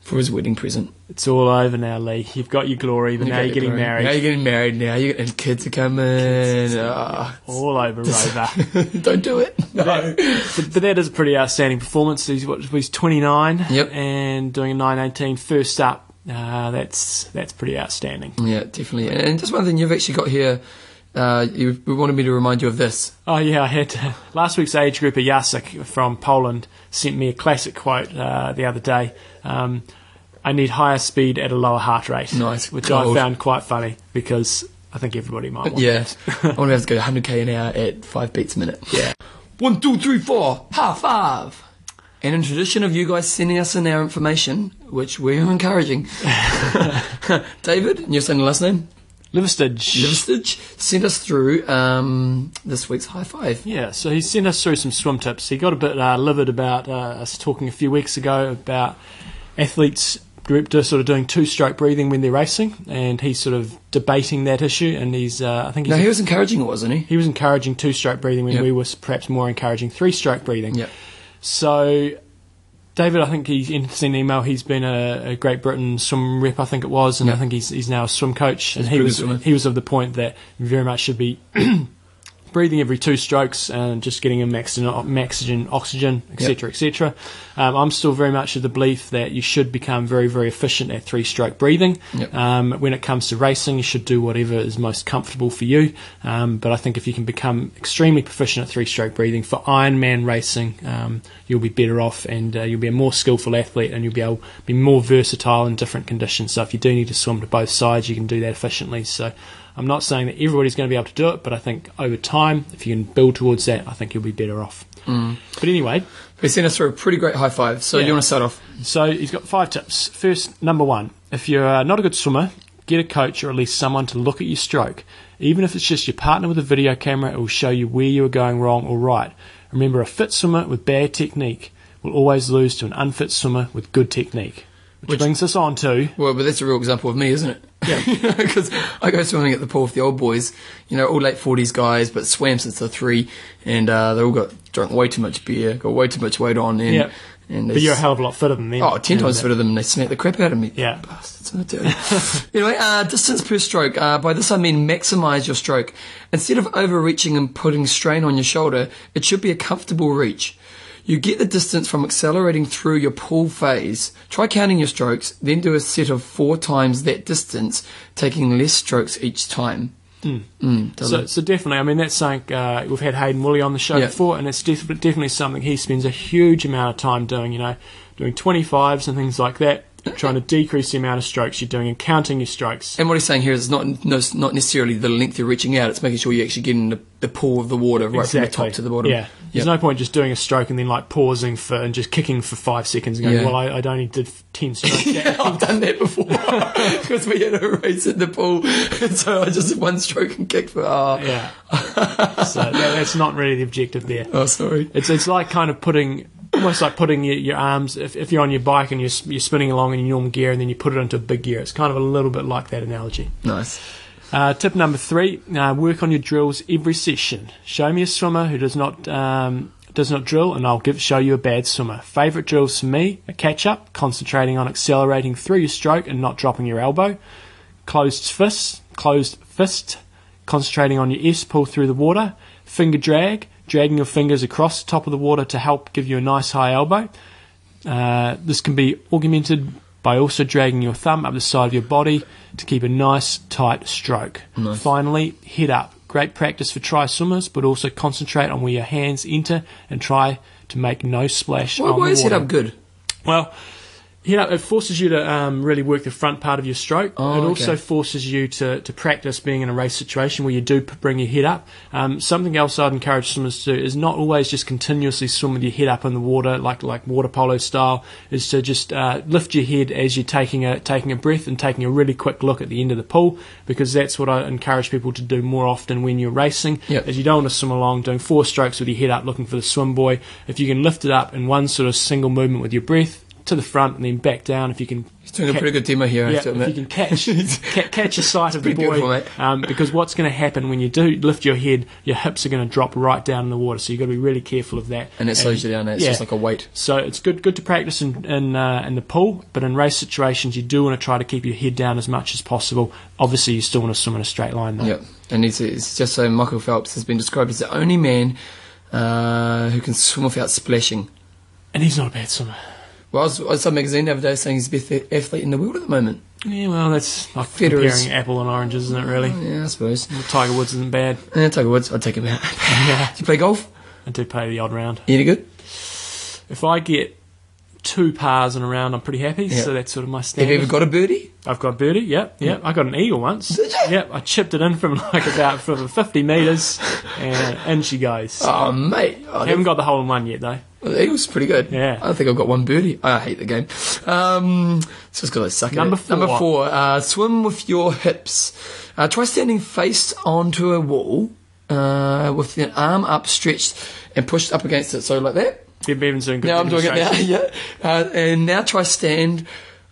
Speaker 1: for his wedding present.
Speaker 2: It's all over now, Lee. You've got your glory, but now
Speaker 1: got
Speaker 2: you're
Speaker 1: your
Speaker 2: getting
Speaker 1: groom.
Speaker 2: married.
Speaker 1: Now you're getting married. Now you and kids are coming. Ah,
Speaker 2: all over Rover.
Speaker 1: don't do it. No.
Speaker 2: but, but that is a pretty outstanding performance. He's what, he's 29
Speaker 1: Yep.
Speaker 2: and doing a 918 first up. Uh, that's that's pretty outstanding.
Speaker 1: Yeah, definitely. And- And just one thing you've actually got here, uh, you we wanted me to remind you of this.
Speaker 2: Oh yeah, I had last week's age grouper Jacek from Poland sent me a classic quote uh, the other day. Um, I need higher speed at a lower heart rate.
Speaker 1: Nice.
Speaker 2: which
Speaker 1: Gold.
Speaker 2: I found quite funny because I think everybody might want.
Speaker 1: Yeah, I want to have to go 100k an hour at five beats a minute. Yeah. One, two, three, four, high five. And in tradition of you guys sending us in our information, which we are encouraging, David, and you're saying the last name,
Speaker 2: Liverstidge.
Speaker 1: Liverstitch, sent us through um, this week's high five.
Speaker 2: Yeah, so he sent us through some swim tips. He got a bit uh, livid about uh, us talking a few weeks ago about athletes director sort of doing two stroke breathing when they're racing, and he's sort of debating that issue. And he's, uh, I think, he's
Speaker 1: No, he was encouraging it, wasn't he?
Speaker 2: he was encouraging two stroke breathing when
Speaker 1: Yep.
Speaker 2: we were s- perhaps more encouraging three stroke breathing.
Speaker 1: Yep.
Speaker 2: So, David, I think he's in an email. He's been a, a Great Britain swim rep, I think it was, and I
Speaker 1: Yep.
Speaker 2: think he's he's now a swim coach. And
Speaker 1: He's a
Speaker 2: he
Speaker 1: pretty
Speaker 2: was
Speaker 1: good swimmer.
Speaker 2: he was of the point that you very much should be breathing every two strokes and just getting in maxi- maxigen, oxygen, etc., etc. Um, I'm still very much of the belief that you should become very, very efficient at three-stroke breathing.
Speaker 1: Yep.
Speaker 2: Um, when it comes to racing, you should do whatever is most comfortable for you. Um, but I think if you can become extremely proficient at three-stroke breathing for Ironman racing, um, you'll be better off and uh, you'll be a more skillful athlete and you'll be able be more versatile in different conditions. So if you do need to swim to both sides, you can do that efficiently. So I'm not saying that everybody's going to be able to do it, but I think over time, if you can build towards that, I think you'll be better off. But anyway,
Speaker 1: He sent us through a pretty great high five. So
Speaker 2: Yeah.
Speaker 1: you want to start off?
Speaker 2: so he's got five tips. First, number one, if you're uh, not a good swimmer, get a coach or at least someone to look at your stroke. Even if it's just your partner with a video camera, it will show you where you are going wrong or right. Remember, a fit swimmer with bad technique will always lose to an unfit swimmer with good technique. Which,
Speaker 1: Which-
Speaker 2: brings us on to
Speaker 1: Well, but that's a real example of me, isn't it? Yeah. Because I go swimming at the pool with the old boys, you know, all late 40s guys, but swam since they're three, and uh, they all got drunk way too much beer, got way too much weight on, and.
Speaker 2: Yeah.
Speaker 1: and
Speaker 2: but
Speaker 1: they
Speaker 2: you're a
Speaker 1: s-
Speaker 2: hell of a lot fitter than them.
Speaker 1: Oh, ten times
Speaker 2: And-
Speaker 1: fitter than them. They smacked the crap out of me.
Speaker 2: Yeah.
Speaker 1: Bastards, I do. anyway, uh, distance per stroke. Uh, by this I mean maximise your stroke. Instead of overreaching and putting strain on your shoulder, it should be a comfortable reach. You get the distance from accelerating through your pull phase. Try counting your strokes, then do a set of four times that distance, taking less strokes each time. Mm. doesn't
Speaker 2: Hmm. So, so definitely, I mean, that's something uh, we've had Hayden Woolley on the show
Speaker 1: Yeah.
Speaker 2: before, and it's def- definitely something he spends a huge amount of time doing. You know, doing twenty fives and things like that, trying to decrease the amount of strokes you're doing and counting your strokes.
Speaker 1: And what he's saying here is not no, not necessarily the length you're reaching out. It's making sure you're actually getting the, the pull of the water right from the top to the bottom.
Speaker 2: Yeah. There's
Speaker 1: Yep.
Speaker 2: no point just doing a stroke and then like pausing for and just kicking for five seconds and going,
Speaker 1: Yeah.
Speaker 2: well, I, I only did ten strokes.
Speaker 1: Yeah, I've done that before because we had a race at the pool, and so I just one stroke and kicked for. Oh,
Speaker 2: yeah. so that, that's not really the objective there.
Speaker 1: oh sorry.
Speaker 2: It's it's like kind of putting almost like putting your, your arms if, if you're on your bike and you're s- you're spinning along in your normal gear and then you put it into a big gear. It's kind of a little bit like that analogy.
Speaker 1: Nice.
Speaker 2: Uh, tip number three: uh, work on your drills every session. Show me a swimmer who does not. Um, does not drill, and I'll give show you a bad swimmer. Favorite drills for me: a catch up, concentrating on accelerating through your stroke and not dropping your elbow. Closed fist, closed fist, concentrating on your S pull through the water. Finger drag, dragging your fingers across the top of the water to help give you a nice high elbow. Uh, this can be augmented by also dragging your thumb up the side of your body to keep a nice tight stroke. Finally, head up. Great practice for try swimmers, but also concentrate on where your hands enter and try to make no splash.
Speaker 1: Why,
Speaker 2: on
Speaker 1: why
Speaker 2: the
Speaker 1: is head
Speaker 2: water.
Speaker 1: up good?
Speaker 2: Well, you know, it forces you to um, really work the front part of your stroke.
Speaker 1: Oh,
Speaker 2: it
Speaker 1: okay.
Speaker 2: also forces you to, to practice being in a race situation where you do p- bring your head up. Um, something else I'd encourage swimmers to do is not always just continuously swim with your head up in the water, like like water polo style. Is to just uh, lift your head as you're taking a taking a breath and taking a really quick look at the end of the pool, because that's what I encourage people to do more often when you're racing.
Speaker 1: Yep.
Speaker 2: Is you don't want to swim along doing four strokes with your head up looking for the swim buoy. If you can lift it up in one sort of single movement with your breath to the front and then back down, if you can.
Speaker 1: He's doing a
Speaker 2: ca-
Speaker 1: pretty good demo here. I
Speaker 2: yeah,
Speaker 1: have to
Speaker 2: if you
Speaker 1: admit.
Speaker 2: can catch ca- catch a sight of the
Speaker 1: Pretty beautiful,
Speaker 2: buoy,
Speaker 1: mate.
Speaker 2: um, because what's going to happen when you do lift your head, your hips are going to drop right down in the water. So you've got to be really careful of that.
Speaker 1: And it slows you down. eh? It's just like a weight.
Speaker 2: So it's good good to practice in in, uh, in the pool, but in race situations you do want to try to keep your head down as much as possible. Obviously, you still want to swim in a straight line though.
Speaker 1: Yep. And he's, it's just so Michael Phelps has been described as the only man uh, who can swim without splashing.
Speaker 2: And he's not a bad swimmer.
Speaker 1: Well, I was, I saw a magazine the other day saying he's the best athlete in the world at the moment.
Speaker 2: Yeah, well, that's like
Speaker 1: Federer's-
Speaker 2: comparing apple and oranges, isn't it? Really,
Speaker 1: Yeah, I suppose.
Speaker 2: Tiger Woods isn't bad.
Speaker 1: Yeah, Tiger Woods, I'd take him out.
Speaker 2: Yeah,
Speaker 1: Do you play golf?
Speaker 2: I do play the odd round.
Speaker 1: You any good?
Speaker 2: If I get two pars in a round, I'm pretty happy.
Speaker 1: Yeah.
Speaker 2: So that's sort of my
Speaker 1: Have
Speaker 2: standard.
Speaker 1: you ever got a birdie?
Speaker 2: I've got a birdie. Yep, yep. I got an eagle once.
Speaker 1: Did you?
Speaker 2: Yep, I chipped it in from like about from 50 meters, and in she goes.
Speaker 1: Oh, mate. Oh,
Speaker 2: I haven't got the hole in one yet though.
Speaker 1: Well, the Eagles are pretty good.
Speaker 2: Yeah.
Speaker 1: I think I've got one birdie. I hate the game. Um, it's just because I suck
Speaker 2: Number
Speaker 1: at it. Number
Speaker 2: four.
Speaker 1: four. Uh, swim with your hips. Uh, try standing face onto a wall uh, with an arm upstretched and pushed up against it. So like that.
Speaker 2: Deb Bevan's doing good.
Speaker 1: Now I'm doing it now.
Speaker 2: demonstrations.
Speaker 1: yeah. Uh, and now try stand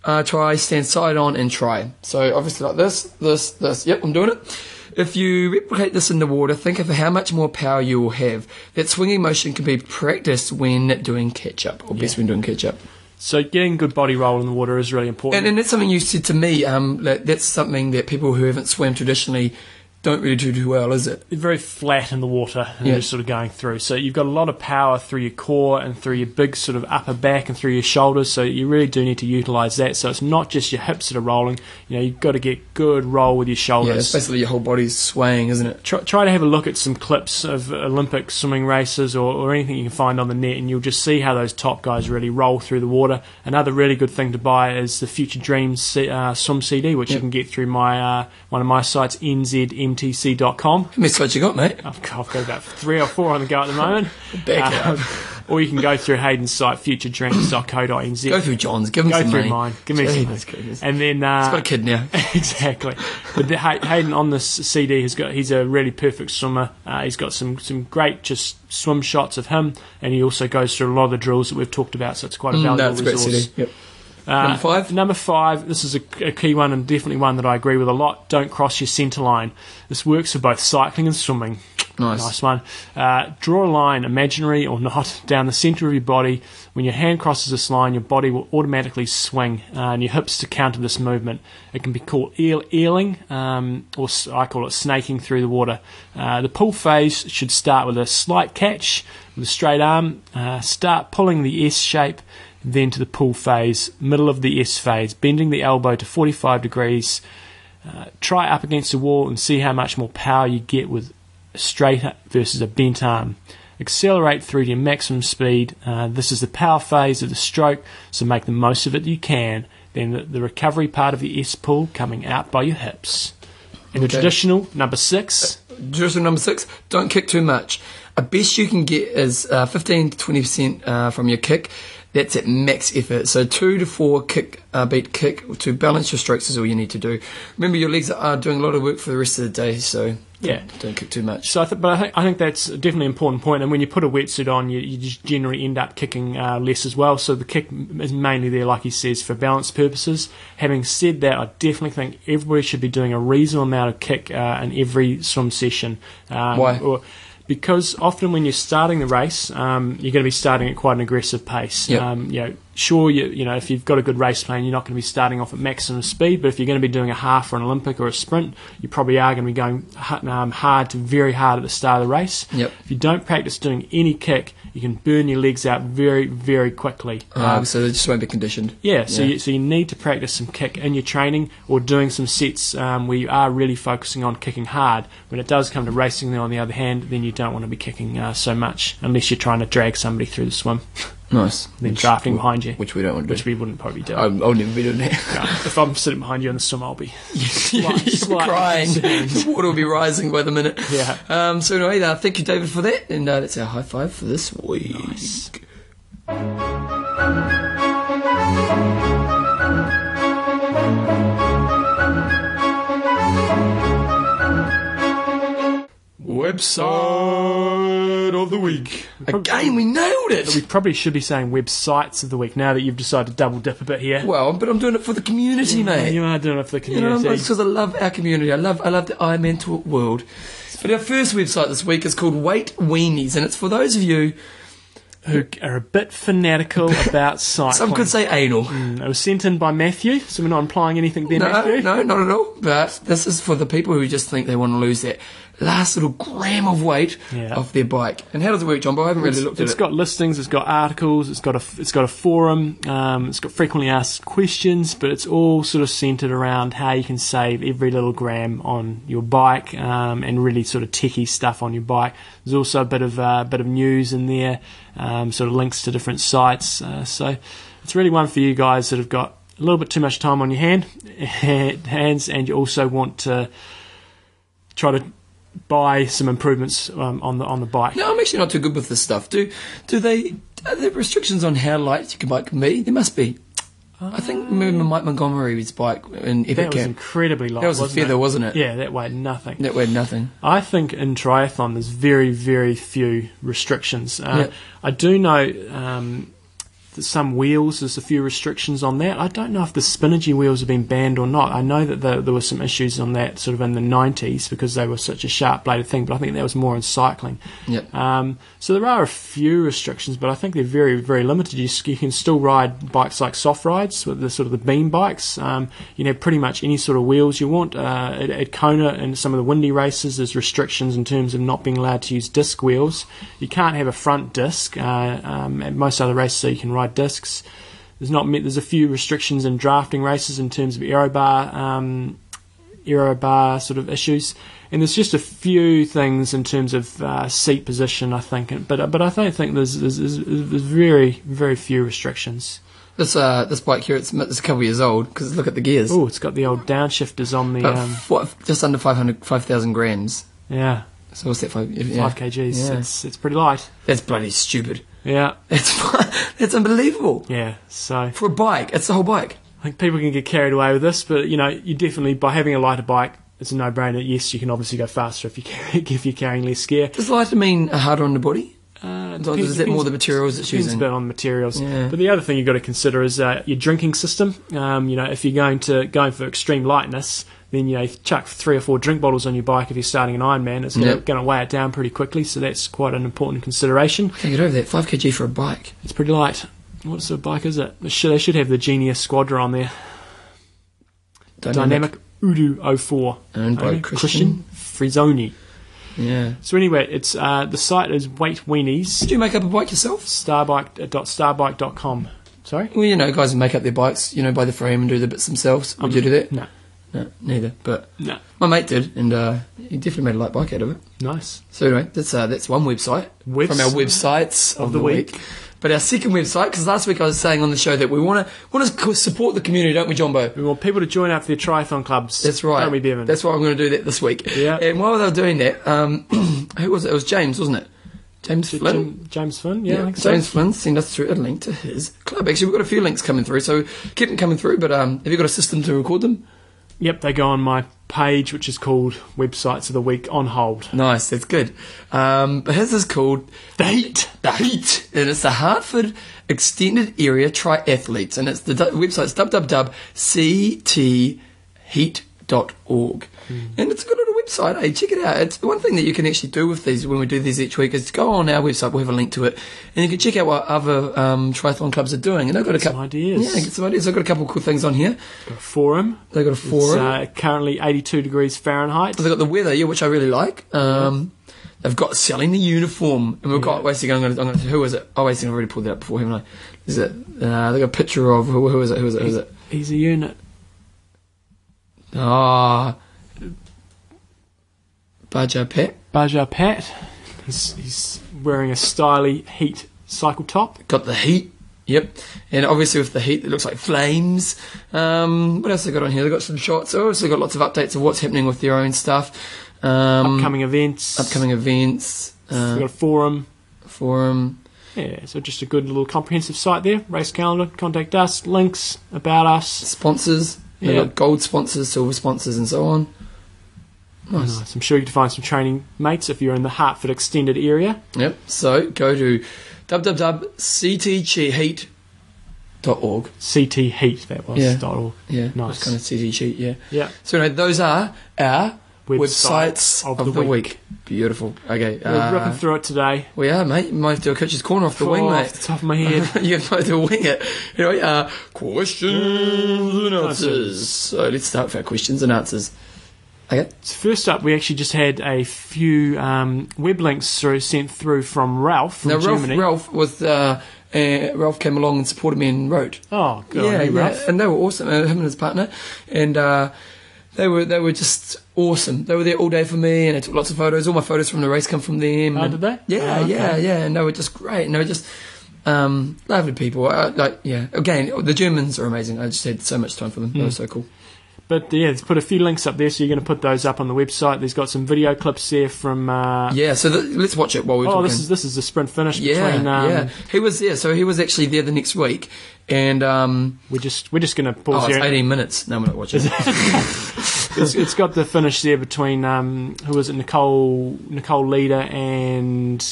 Speaker 1: uh, try, stand side on, and try. So obviously like this, this, this. Yep, I'm doing it. If you replicate this in the water, think of how much more power you will have. That swinging motion can be practiced when doing catch up, or best when doing catch up.
Speaker 2: So getting good body roll in the water is really important.
Speaker 1: And, and that's something you said to me. Um, that, that's something that people who haven't swam traditionally don't really do too well, is it?
Speaker 2: They're very flat in the water and
Speaker 1: Yeah.
Speaker 2: they're just sort of going through. So you've got a lot of power through your core and through your big sort of upper back and through your shoulders. So you really do need to utilize that. So it's not just your hips that are rolling. You know, you've got to get good roll with your
Speaker 1: Yeah,
Speaker 2: shoulders.
Speaker 1: it's basically your whole body's swaying, isn't it?
Speaker 2: try, try to have a look at some clips of Olympic swimming races or, or anything you can find on the net, and you'll just see how those top guys really roll through the water. Another really good thing to buy is the Future Dreams C- uh, Swim CD, which you
Speaker 1: Yep.
Speaker 2: can get through my uh, one of my sites, nzmtc.com.
Speaker 1: How many slides you got, mate?
Speaker 2: I've got, I've got about three or four on the go at the moment.
Speaker 1: Back
Speaker 2: Um, or you can go through Hayden's site, futuredreams.co.nz.
Speaker 1: Go through John's. Give him
Speaker 2: Go
Speaker 1: some
Speaker 2: through
Speaker 1: money.
Speaker 2: mine. Give me some
Speaker 1: Jeez, goodness.
Speaker 2: And then uh,
Speaker 1: He's got a eh? kid now.
Speaker 2: exactly. But the, Hay- Hayden on this CD has got he's a really perfect swimmer. Uh, he's got some some great just swim shots of him, and he also goes through a lot of the drills that we've talked about. So it's quite a
Speaker 1: Mm,
Speaker 2: valuable
Speaker 1: that's a great
Speaker 2: resource.
Speaker 1: city. Yep.
Speaker 2: Uh,
Speaker 1: Number five?
Speaker 2: Number five. This is a, a key one and definitely one that I agree with a lot. Don't cross your centre line. This works for both cycling and swimming.
Speaker 1: Nice.
Speaker 2: Nice one. Uh, draw a line, imaginary or not, down the centre of your body. When your hand crosses this line, your body will automatically swing uh, and your hips to counter this movement. It can be called eel- eeling, um, or s- I call it snaking through the water. Uh, the pull phase should start with a slight catch with a straight arm. Uh, start pulling the S shape, then to the pull phase, middle of the S phase, bending the elbow to 45 degrees. Uh, try up against the wall and see how much more power you get with a straight up versus a bent arm. Accelerate through to your maximum speed. Uh, this is the power phase of the stroke, so make the most of it you can. Then the, the recovery part of the S pull coming out by your hips. In the
Speaker 1: Okay.
Speaker 2: traditional number six,
Speaker 1: Drizzle number six, don't kick too much. A best you can get is uh, 15 to 20% uh, from your kick. That's at max effort. So two to four kick uh, beat kick to balance your strokes is all you need to do. Remember, your legs are doing a lot of work for the rest of the day, so
Speaker 2: Yeah.
Speaker 1: don't kick too much.
Speaker 2: So, I th- but I think, I think that's definitely an important point. And when you put a wetsuit on, you, you just generally end up kicking uh, less as well. So the kick m- is mainly there, like he says, for balance purposes. Having said that, I definitely think everybody should be doing a reasonable amount of kick uh, in every swim session. Um,
Speaker 1: Why?
Speaker 2: Or, because often when you're starting the race, um, you're going to be starting at quite an aggressive pace.
Speaker 1: Yep.
Speaker 2: Um, you know, sure, you, you know if you've got a good race plan, you're not going to be starting off at maximum speed. But if you're going to be doing a half or an Olympic or a sprint, you probably are going to be going h- um, hard to very hard at the start of the race.
Speaker 1: Yep.
Speaker 2: If you don't practice doing any kick, you can burn your legs out very, very quickly.
Speaker 1: Um, so they just won't be conditioned.
Speaker 2: Yeah, so
Speaker 1: Yeah.
Speaker 2: You, so you need to practice some kick in your training or doing some sets um, where you are really focusing on kicking hard. When it does come to racing, though, on the other hand, then you don't want to be kicking uh, so much unless you're trying to drag somebody through the swim,
Speaker 1: Nice.
Speaker 2: then drafting behind you, which,
Speaker 1: Which we don't want to do.
Speaker 2: we wouldn't probably do.
Speaker 1: I- I'll never be doing that.
Speaker 2: No, if I'm sitting behind you in the swim, I'll be
Speaker 1: You'll
Speaker 2: slight,
Speaker 1: be
Speaker 2: slight-
Speaker 1: crying. the water will be rising by the minute.
Speaker 2: Yeah.
Speaker 1: Um, so anyway, uh, thank you, David, for that, and uh, that's our high five for this week.
Speaker 2: Nice.
Speaker 1: Website of the week. Again, we nailed
Speaker 2: We
Speaker 1: it.
Speaker 2: probably should be saying websites of the week now that you've decided to double dip a bit here.
Speaker 1: Well, but I'm doing it for the community, mate.
Speaker 2: You are doing it for the
Speaker 1: You know,
Speaker 2: community.
Speaker 1: because I love our community. I love, I love the I Mentor world. But our first website this week is called Weight Weenies, and it's for those of you
Speaker 2: who are a bit fanatical about cycling.
Speaker 1: some could say anal.
Speaker 2: It was sent in by Matthew, so we're not implying anything there,
Speaker 1: No,
Speaker 2: Matthew.
Speaker 1: no, not at all. But this is for the people who just think they want to lose that last little gram of weight
Speaker 2: Yeah.
Speaker 1: off their bike. And how does it work, John? But I haven't really
Speaker 2: It's-
Speaker 1: looked at
Speaker 2: it's
Speaker 1: it.
Speaker 2: got listings, it's got articles, it's got a it's got a forum, um, it's got frequently asked questions, but it's all sort of centered around how you can save every little gram on your bike um, and really sort of techie stuff on your bike. There's also a bit of uh, bit of news in there, um, sort of links to different sites. Uh, so it's really one for you guys that have got a little bit too much time on your hand hands, and you also want to try to buy some improvements um, on the on the bike.
Speaker 1: No, I'm actually not too good with this stuff. Do do they are there restrictions on how light your bike can be? There must be. I think remember Mike Montgomery's bike in Epic
Speaker 2: Ah. That was
Speaker 1: Camp.
Speaker 2: incredibly light.
Speaker 1: That was a
Speaker 2: wasn't
Speaker 1: feather,
Speaker 2: it?
Speaker 1: wasn't it?
Speaker 2: Yeah, that weighed nothing.
Speaker 1: That weighed nothing.
Speaker 2: I think in triathlon there's very, very few restrictions. Uh,
Speaker 1: Yeah.
Speaker 2: I do know um, some wheels, there's a few restrictions on that. I don't know if the Spinagy wheels have been banned or not. I know that the, there were some issues on that sort of in the 90s because they were such a sharp bladed thing, but I think that was more in cycling.
Speaker 1: Yep.
Speaker 2: Um, so there are a few restrictions, but I think they're very, very limited. You, s- you can still ride bikes like soft rides, with the sort of the beam bikes. Um, you know, pretty much any sort of wheels you want. Uh, at, at Kona and some of the windy races, there's restrictions in terms of not being allowed to use disc wheels. You can't have a front disc. Uh, um, at most other races, so you can ride discs. There's not ma- there's a few restrictions in drafting races in terms of aero bar um, aero bar sort of issues, and there's just a few things in terms of uh, seat position. I think, but but I don't think there's there's, there's, there's very very few restrictions.
Speaker 1: This uh, this bike here, it's, it's a couple years old because look at the gears.
Speaker 2: Oh, it's got the old downshifters on the
Speaker 1: About
Speaker 2: um,
Speaker 1: f- just under 500, 5,000 grams.
Speaker 2: yeah
Speaker 1: So what's that? Five, yeah.
Speaker 2: five kgs.
Speaker 1: Yeah.
Speaker 2: It's it's pretty light.
Speaker 1: That's bloody stupid.
Speaker 2: Yeah,
Speaker 1: That's that's unbelievable
Speaker 2: yeah. So
Speaker 1: for a bike. It's the whole bike.
Speaker 2: I think people can get carried away with this, but you know, you definitely by having a lighter bike, it's a no-brainer. Yes, you can obviously go faster if you carry, if you're carrying less gear.
Speaker 1: Does lighter mean harder on the body?
Speaker 2: Uh,
Speaker 1: Does- is it more the materials it's
Speaker 2: depends
Speaker 1: using?
Speaker 2: a bit on materials.
Speaker 1: Yeah.
Speaker 2: But the other thing you've got to consider is uh, your drinking system. Um, you know, if you're going to going for extreme lightness, then you know chuck three or four drink bottles on your bike if you're starting an Ironman. It's
Speaker 1: Yep.
Speaker 2: going to weigh it down pretty quickly, so that's quite an important consideration.
Speaker 1: Can't get over that. Five kg for a bike.
Speaker 2: It's pretty light. What sort of bike is it? They should, they should have the Genius Squadra on there. Dynamic, oh Udu 04.
Speaker 1: Owned by
Speaker 2: Owner,
Speaker 1: Christian.
Speaker 2: Frizzoni.
Speaker 1: Yeah.
Speaker 2: So anyway, it's uh, the site is Weight Weenies.
Speaker 1: Did you make up a bike yourself?
Speaker 2: Starbike, uh, dot starbike.com. Sorry?
Speaker 1: Well, you know, guys who make up their bikes, you know, by the frame and do the bits themselves. Would
Speaker 2: Um,
Speaker 1: you do that?
Speaker 2: No.
Speaker 1: No, neither. But
Speaker 2: No.
Speaker 1: my mate did, and uh, he definitely made a light bike out of it.
Speaker 2: Nice.
Speaker 1: So anyway, that's uh, that's one website
Speaker 2: Webs-
Speaker 1: from our websites of, the, week. But our second website, because last week I was saying on the show that we want to want to support the community, don't we, Jumbo?
Speaker 2: We want people to join up their triathlon clubs.
Speaker 1: That's right.
Speaker 2: Don't we, Bevan?
Speaker 1: That's why I'm going to do that this week.
Speaker 2: Yeah.
Speaker 1: And while they were doing that, um, who was it? It was James, wasn't it? James
Speaker 2: J-
Speaker 1: Flynn.
Speaker 2: Jam- James Flynn, yeah, I think so.
Speaker 1: James Flynn sent us through a link to his club. Actually, we've got a few links coming through, so keep them coming through. But um, have you got a system to record them?
Speaker 2: Yep, they go on my page, which is called Websites of the Week on hold.
Speaker 1: Nice, that's good. Um, but his is called
Speaker 2: The Heat.
Speaker 1: The Heat, and it's the Hartford Extended Area Triathletes, and it's the du- website's www.ctheat.org.
Speaker 2: Hmm.
Speaker 1: And it's a good little website. Hey, check it out. It's one thing that you can actually do with these when we do these each week is go on our website. We'll have a link to it, and you can check out what other um, triathlon clubs are doing. And I've got a couple
Speaker 2: some ideas.
Speaker 1: Yeah, get some ideas. I've got a couple of cool things on here.
Speaker 2: Got a forum.
Speaker 1: They got a
Speaker 2: It's
Speaker 1: forum.
Speaker 2: uh, currently 82 degrees Fahrenheit.
Speaker 1: They've got the weather, yeah, which I really like. Um, they've got selling the uniform, and we've got. Wait a second, I'm going to. I'm gonna who is it? Oh, wait a second, I've already pulled that up before, haven't I? Is it? Uh, they got a picture of who, who is it? Who is it? Who is it?
Speaker 2: He's a unit.
Speaker 1: Ah, Baja Pet
Speaker 2: Baja Pat. He's, he's wearing a styly heat cycle top.
Speaker 1: got the heat. Yep, and obviously with the heat, it looks like flames. Um, what else they got on here? They got some shots. They also got lots of updates of what's happening with their own stuff. Um,
Speaker 2: upcoming events.
Speaker 1: upcoming events,
Speaker 2: We've got
Speaker 1: uh,
Speaker 2: a forum.
Speaker 1: forum.
Speaker 2: Yeah, so just a good little comprehensive site there. Race calendar, contact us, links about us.
Speaker 1: sponsors. They've
Speaker 2: Yeah.
Speaker 1: got gold sponsors, silver sponsors, and so on. Nice.
Speaker 2: Oh, Nice. I'm sure you can find some training mates if you're in the Hartford extended area.
Speaker 1: Yep. So go to www.ctcheat.org.
Speaker 2: CT Heat, that was.
Speaker 1: Yeah.
Speaker 2: Dot org.
Speaker 1: Yeah.
Speaker 2: Nice.
Speaker 1: Kind of CT cheat. Yeah.
Speaker 2: Yeah.
Speaker 1: So anyway, those are our websites,
Speaker 2: Websites
Speaker 1: of, the, week. Beautiful. Okay.
Speaker 2: We're ripping
Speaker 1: Uh,
Speaker 2: through it today.
Speaker 1: we are, mate. You might have to do a coach's corner off the wing,
Speaker 2: Oh,
Speaker 1: mate. Uh-huh.
Speaker 2: Off the top of my head.
Speaker 1: you might have to wing it. Anyway, uh, questions and answers.
Speaker 2: Answers.
Speaker 1: So let's start with our questions and answers. Okay.
Speaker 2: So first up, we actually just had a few um, web links through, sent through from Ralph from
Speaker 1: Now, Ralph,
Speaker 2: Germany.
Speaker 1: Ralph was uh, uh, Ralph came along and supported me and wrote.
Speaker 2: Oh, good on you, Ralph.
Speaker 1: and they were awesome. uh, Him and his partner, and uh, they were they were just awesome. They were there all day for me, and I took lots of photos. All my photos from the race come from them.
Speaker 2: Oh,
Speaker 1: and-
Speaker 2: did they?
Speaker 1: Yeah,
Speaker 2: Oh, okay.
Speaker 1: yeah, yeah. And they were just great. And they were just um, lovely people. Uh, like, yeah. Again, the Germans are amazing. I just had so much time for them.
Speaker 2: Hmm.
Speaker 1: They were so cool.
Speaker 2: But yeah, it's put a few links up there, so you're going to put those up on the website. There's got some video clips there from. Uh,
Speaker 1: Yeah. So th- let's watch it while we're
Speaker 2: oh,
Speaker 1: talking.
Speaker 2: this is this is the sprint finish
Speaker 1: yeah,
Speaker 2: between. Um,
Speaker 1: yeah. He was there, so he was actually there the next week, and um,
Speaker 2: We're just we're just going to pause
Speaker 1: oh, it's
Speaker 2: here.
Speaker 1: 18 minutes. No, we're not watching. it.
Speaker 2: It's- it's got the finish there between um, who was it? Nicole Nicole Leader and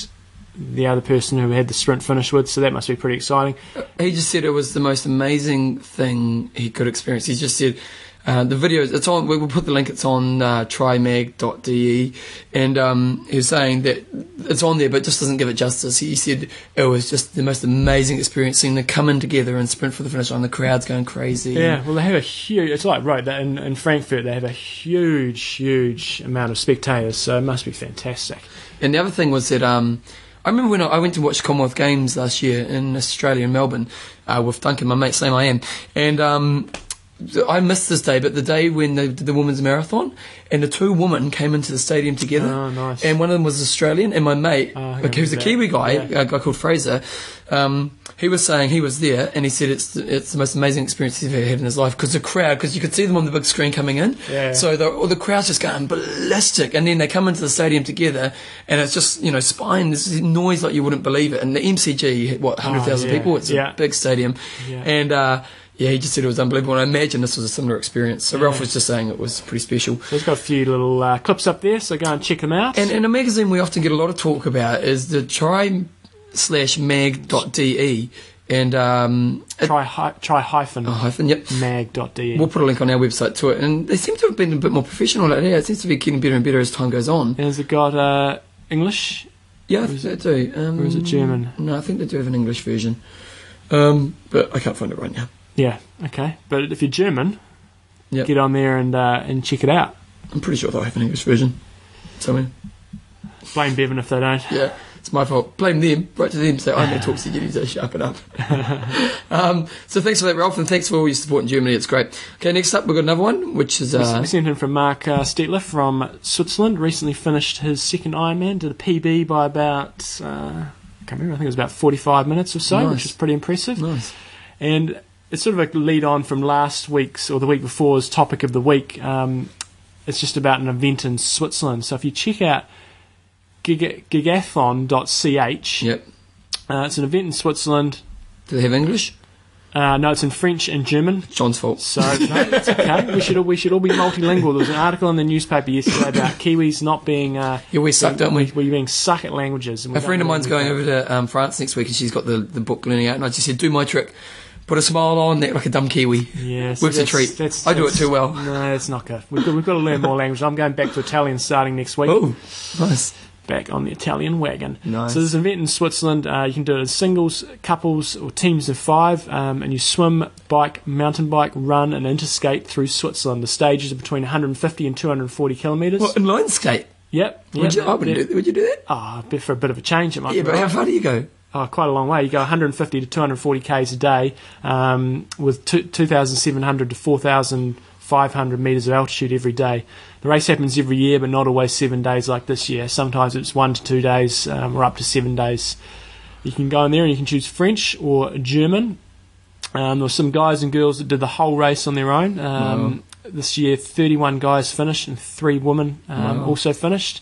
Speaker 2: the other person who had the sprint finish with. So that must be pretty exciting.
Speaker 1: he just said it was the most amazing thing he could experience. He just said uh, the video. It's on. We will put the link. It's on uh, trimag.de, E. and um, he was saying that it's on there, but just doesn't give it justice. He said it was just the most amazing experience seeing them coming together and sprint for the finish line. The crowd's going crazy.
Speaker 2: Yeah, well, they have a huge. It's like right that in, in Frankfurt, they have a huge, huge amount of spectators, so it must be fantastic.
Speaker 1: And the other thing was that um, I remember when I, I went to watch Commonwealth Games last year in Australia in Melbourne uh, with Duncan, my mate, same I am, and. Um, I missed this day, but the day when they did the women's marathon, and the two women came into the stadium together.
Speaker 2: Oh, nice.
Speaker 1: And one of them was Australian, and my mate,
Speaker 2: Oh, I
Speaker 1: who
Speaker 2: remember
Speaker 1: was a
Speaker 2: that.
Speaker 1: Kiwi guy,
Speaker 2: Yeah.
Speaker 1: a guy called Fraser. Um, he was saying he was there, and he said it's the, it's the most amazing experience he's ever had in his life because the crowd, because you could see them on the big screen coming in.
Speaker 2: Yeah.
Speaker 1: So the all the crowd's just going ballistic, and then they come into the stadium together, and it's just you know spine this noise like you wouldn't believe it. And the MCG, what hundred thousand
Speaker 2: Ah, yeah.
Speaker 1: people? It's
Speaker 2: Yeah.
Speaker 1: a big stadium,
Speaker 2: Yeah.
Speaker 1: and. uh yeah, he just said it was unbelievable, and I imagine this was a similar experience. So Ralph was just saying it was pretty special.
Speaker 2: So it's got a few little uh, clips up there, so go and check them out.
Speaker 1: And in a magazine we often get a lot of talk about is the try slash mag dot de, and um, it-
Speaker 2: try hy- try hyphen
Speaker 1: oh, hyphen yep.
Speaker 2: mag.de.
Speaker 1: We'll put a link on our website to it, and they seem to have been a bit more professional at it. It seems to be getting better and better as time goes on.
Speaker 2: And has it got uh, English?
Speaker 1: Yeah, I
Speaker 2: Or
Speaker 1: think
Speaker 2: is
Speaker 1: they do. Um,
Speaker 2: or is it German?
Speaker 1: No, I think they do have an English version, um, but I can't find it right now.
Speaker 2: Yeah, okay. But if you're German,
Speaker 1: Yep.
Speaker 2: get on there and uh, and check it out.
Speaker 1: I'm pretty sure they'll have an English version somewhere.
Speaker 2: Blame Bevan if they don't.
Speaker 1: Yeah, it's my fault. Blame them. Right to them. Say, I'm going to talk to you. So sharp it up. um, so thanks for that, Ralph, and thanks for all your support in Germany. It's great. Okay, next up, we've got another one, which is.
Speaker 2: We
Speaker 1: Uh,
Speaker 2: sent in from Mark uh, Stetler from Switzerland. Recently finished his second Ironman, did a PB by about uh, I can't remember. I think it was about forty-five minutes or so,
Speaker 1: Nice.
Speaker 2: which is pretty impressive.
Speaker 1: nice.
Speaker 2: And it's sort of a lead on from last week's or the week before's topic of the week. Um, it's just about an event in Switzerland. So if you check out giga- gigathon.ch,
Speaker 1: Yep.
Speaker 2: uh, it's an event in Switzerland.
Speaker 1: Do they have English?
Speaker 2: Uh, no, it's in French and German.
Speaker 1: John's fault.
Speaker 2: So no, it's okay. We should all, we should all be multilingual. There was an article in the newspaper yesterday about Kiwis not being uh,
Speaker 1: Yeah, we suck, don't we?
Speaker 2: we being suck at languages. and we
Speaker 1: A friend of
Speaker 2: don't
Speaker 1: mine's
Speaker 2: really-
Speaker 1: going over to um, France next week, and she's got the, the book learning out, and I just said, do my trick. Put a smile on, act like a dumb Kiwi.
Speaker 2: Yes,
Speaker 1: Works a
Speaker 2: that's-
Speaker 1: treat.
Speaker 2: that's-
Speaker 1: I do it
Speaker 2: that's-
Speaker 1: too well.
Speaker 2: No, it's not good. We've got, we've got to learn more languages. I'm going back to Italian starting next week.
Speaker 1: Oh, nice.
Speaker 2: Back on the Italian wagon.
Speaker 1: Nice.
Speaker 2: So there's an event in Switzerland. Uh, you can do it as singles, couples, or teams of five, um, and you swim, bike, mountain bike, run, and interscape through Switzerland. The stages are between 150 and 240 kilometres.
Speaker 1: What, in Lionsgate?
Speaker 2: Yep.
Speaker 1: Would, you,
Speaker 2: yep,
Speaker 1: I wouldn't
Speaker 2: yep.
Speaker 1: do, would you do that?
Speaker 2: Ah, a bit for a bit of a change, it might
Speaker 1: Yeah,
Speaker 2: be
Speaker 1: but how
Speaker 2: right.
Speaker 1: far do you go?
Speaker 2: oh, quite a long way. You go 150 to 240 k's a day, um, with two- 2,700 to 4,500 meters of altitude every day. The race happens every year, but not always seven days like this year. Sometimes it's one to two days, um, or up to seven days. You can go in there and you can choose French or German. Um, there were some guys and girls that did the whole race on their own. Um, This year, 31 guys finished and three women um,
Speaker 1: Wow.
Speaker 2: also finished.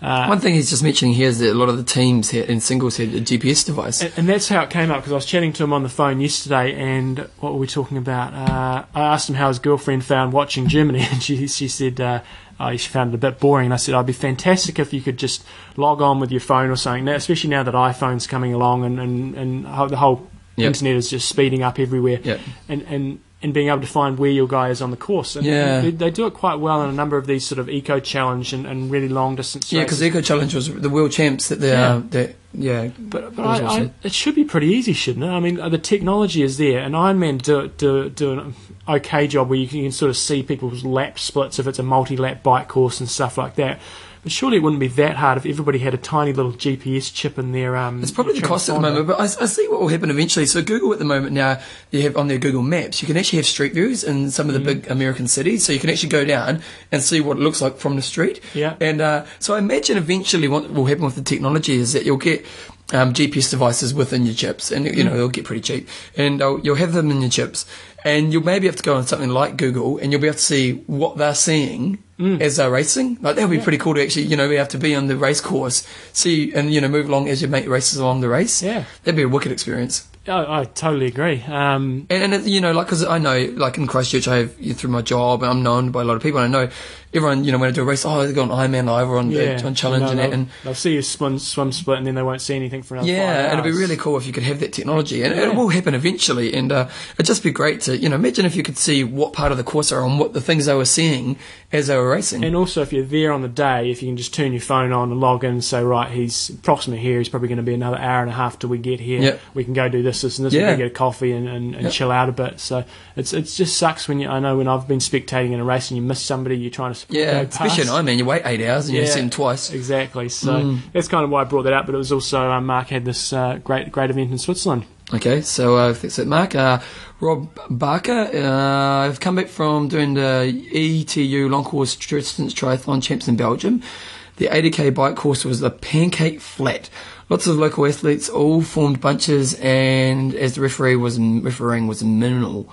Speaker 2: Uh,
Speaker 1: One thing he's just mentioning here is that a lot of the teams had, in singles had a GPS device.
Speaker 2: And, and that's how it came up because I was chatting to him on the phone yesterday, and what were we talking about? Uh, I asked him how his girlfriend found watching Germany, and she she said. Uh, oh, she found it a bit boring, and I said, "I'd be fantastic if you could just log on with your phone or something." Now, especially now that iPhone's coming along, and and and ho- the whole
Speaker 1: Yep.
Speaker 2: internet is just speeding up everywhere,
Speaker 1: Yep.
Speaker 2: and and and being able to find where your guy is on the course, and
Speaker 1: Yeah.
Speaker 2: they, they do it quite well in a number of these sort of eco challenge and, and really long distance.
Speaker 1: Yeah,
Speaker 2: races.
Speaker 1: because Eco Challenge was the world champs that they
Speaker 2: Yeah.
Speaker 1: are. That, yeah,
Speaker 2: But, but
Speaker 1: That was
Speaker 2: I, I,
Speaker 1: awesome.
Speaker 2: it should be pretty easy, shouldn't it? I mean, uh, the technology is there, and Ironman do do do an okay job where you can sort of see people's lap splits if it's a multi-lap bike course and stuff like that. But surely it wouldn't be that hard if everybody had a tiny little GPS chip in their. Um,
Speaker 1: it's probably the
Speaker 2: their
Speaker 1: cost at the
Speaker 2: transponder.
Speaker 1: moment. But I, I see what will happen eventually. So Google at the moment now, you have on their Google Maps, you can actually have street views in some of the big American cities. So you can actually go down and see what it looks like from the street.
Speaker 2: Yeah.
Speaker 1: And uh, so I imagine eventually what will happen with the technology is that you'll get. Um, GPS devices within your chips, and you know they'll get pretty cheap, and they'll- you'll have them in your chips, and you'll maybe have to go on something like Google, and you'll be able to see what they're seeing as they're racing. Like that would be pretty cool to actually, you know, be able to be on the race course, see, and you know, move along as you make races along the race.
Speaker 2: Yeah.
Speaker 1: that'd be a wicked experience.
Speaker 2: I, I totally agree. Um,
Speaker 1: And, and it, you know, like, because I know, like in Christchurch, I have you know, through my job, I'm known by a lot of people. And I know everyone, you know, when I do a race, oh, they go on Ironman Live or on,
Speaker 2: Yeah,
Speaker 1: uh, on Challenge
Speaker 2: no,
Speaker 1: and
Speaker 2: they'll,
Speaker 1: that. And
Speaker 2: they'll see you swim, swim split, and then they won't see anything for another.
Speaker 1: yeah,
Speaker 2: five
Speaker 1: and it'd be
Speaker 2: hours.
Speaker 1: really cool if you could have that technology, and
Speaker 2: Yeah.
Speaker 1: it will happen eventually. And uh, it'd just be great to, you know, imagine if you could see what part of the course they were on, what the things they were seeing as they were racing.
Speaker 2: And also, if you're there on the day, if you can just turn your phone on and log in, say, right, he's approximately here. He's probably going to be another hour and a half till we get here.
Speaker 1: Yep.
Speaker 2: We can go do this, this, and this. We
Speaker 1: Yeah.
Speaker 2: can get a coffee and, and, and
Speaker 1: Yep.
Speaker 2: chill out a bit. So it's it's just sucks when you. I know when I've been spectating in a race and you miss somebody, you're trying to support
Speaker 1: yeah,
Speaker 2: go past.
Speaker 1: especially in Mm. Ironman, you wait eight hours and you
Speaker 2: Yeah.
Speaker 1: see them twice.
Speaker 2: Exactly. So that's kind of why I brought that up. But it was also um, Mark had this uh, great great event in Switzerland.
Speaker 1: Okay, so uh, that's it, Mark. Uh, Rob Barker, uh, I've come back from doing the ETU long course distance triathlon champs in Belgium. The 80k bike course was the pancake flat. Lots of local athletes, all formed bunches, and as the referee was refereeing was minimal.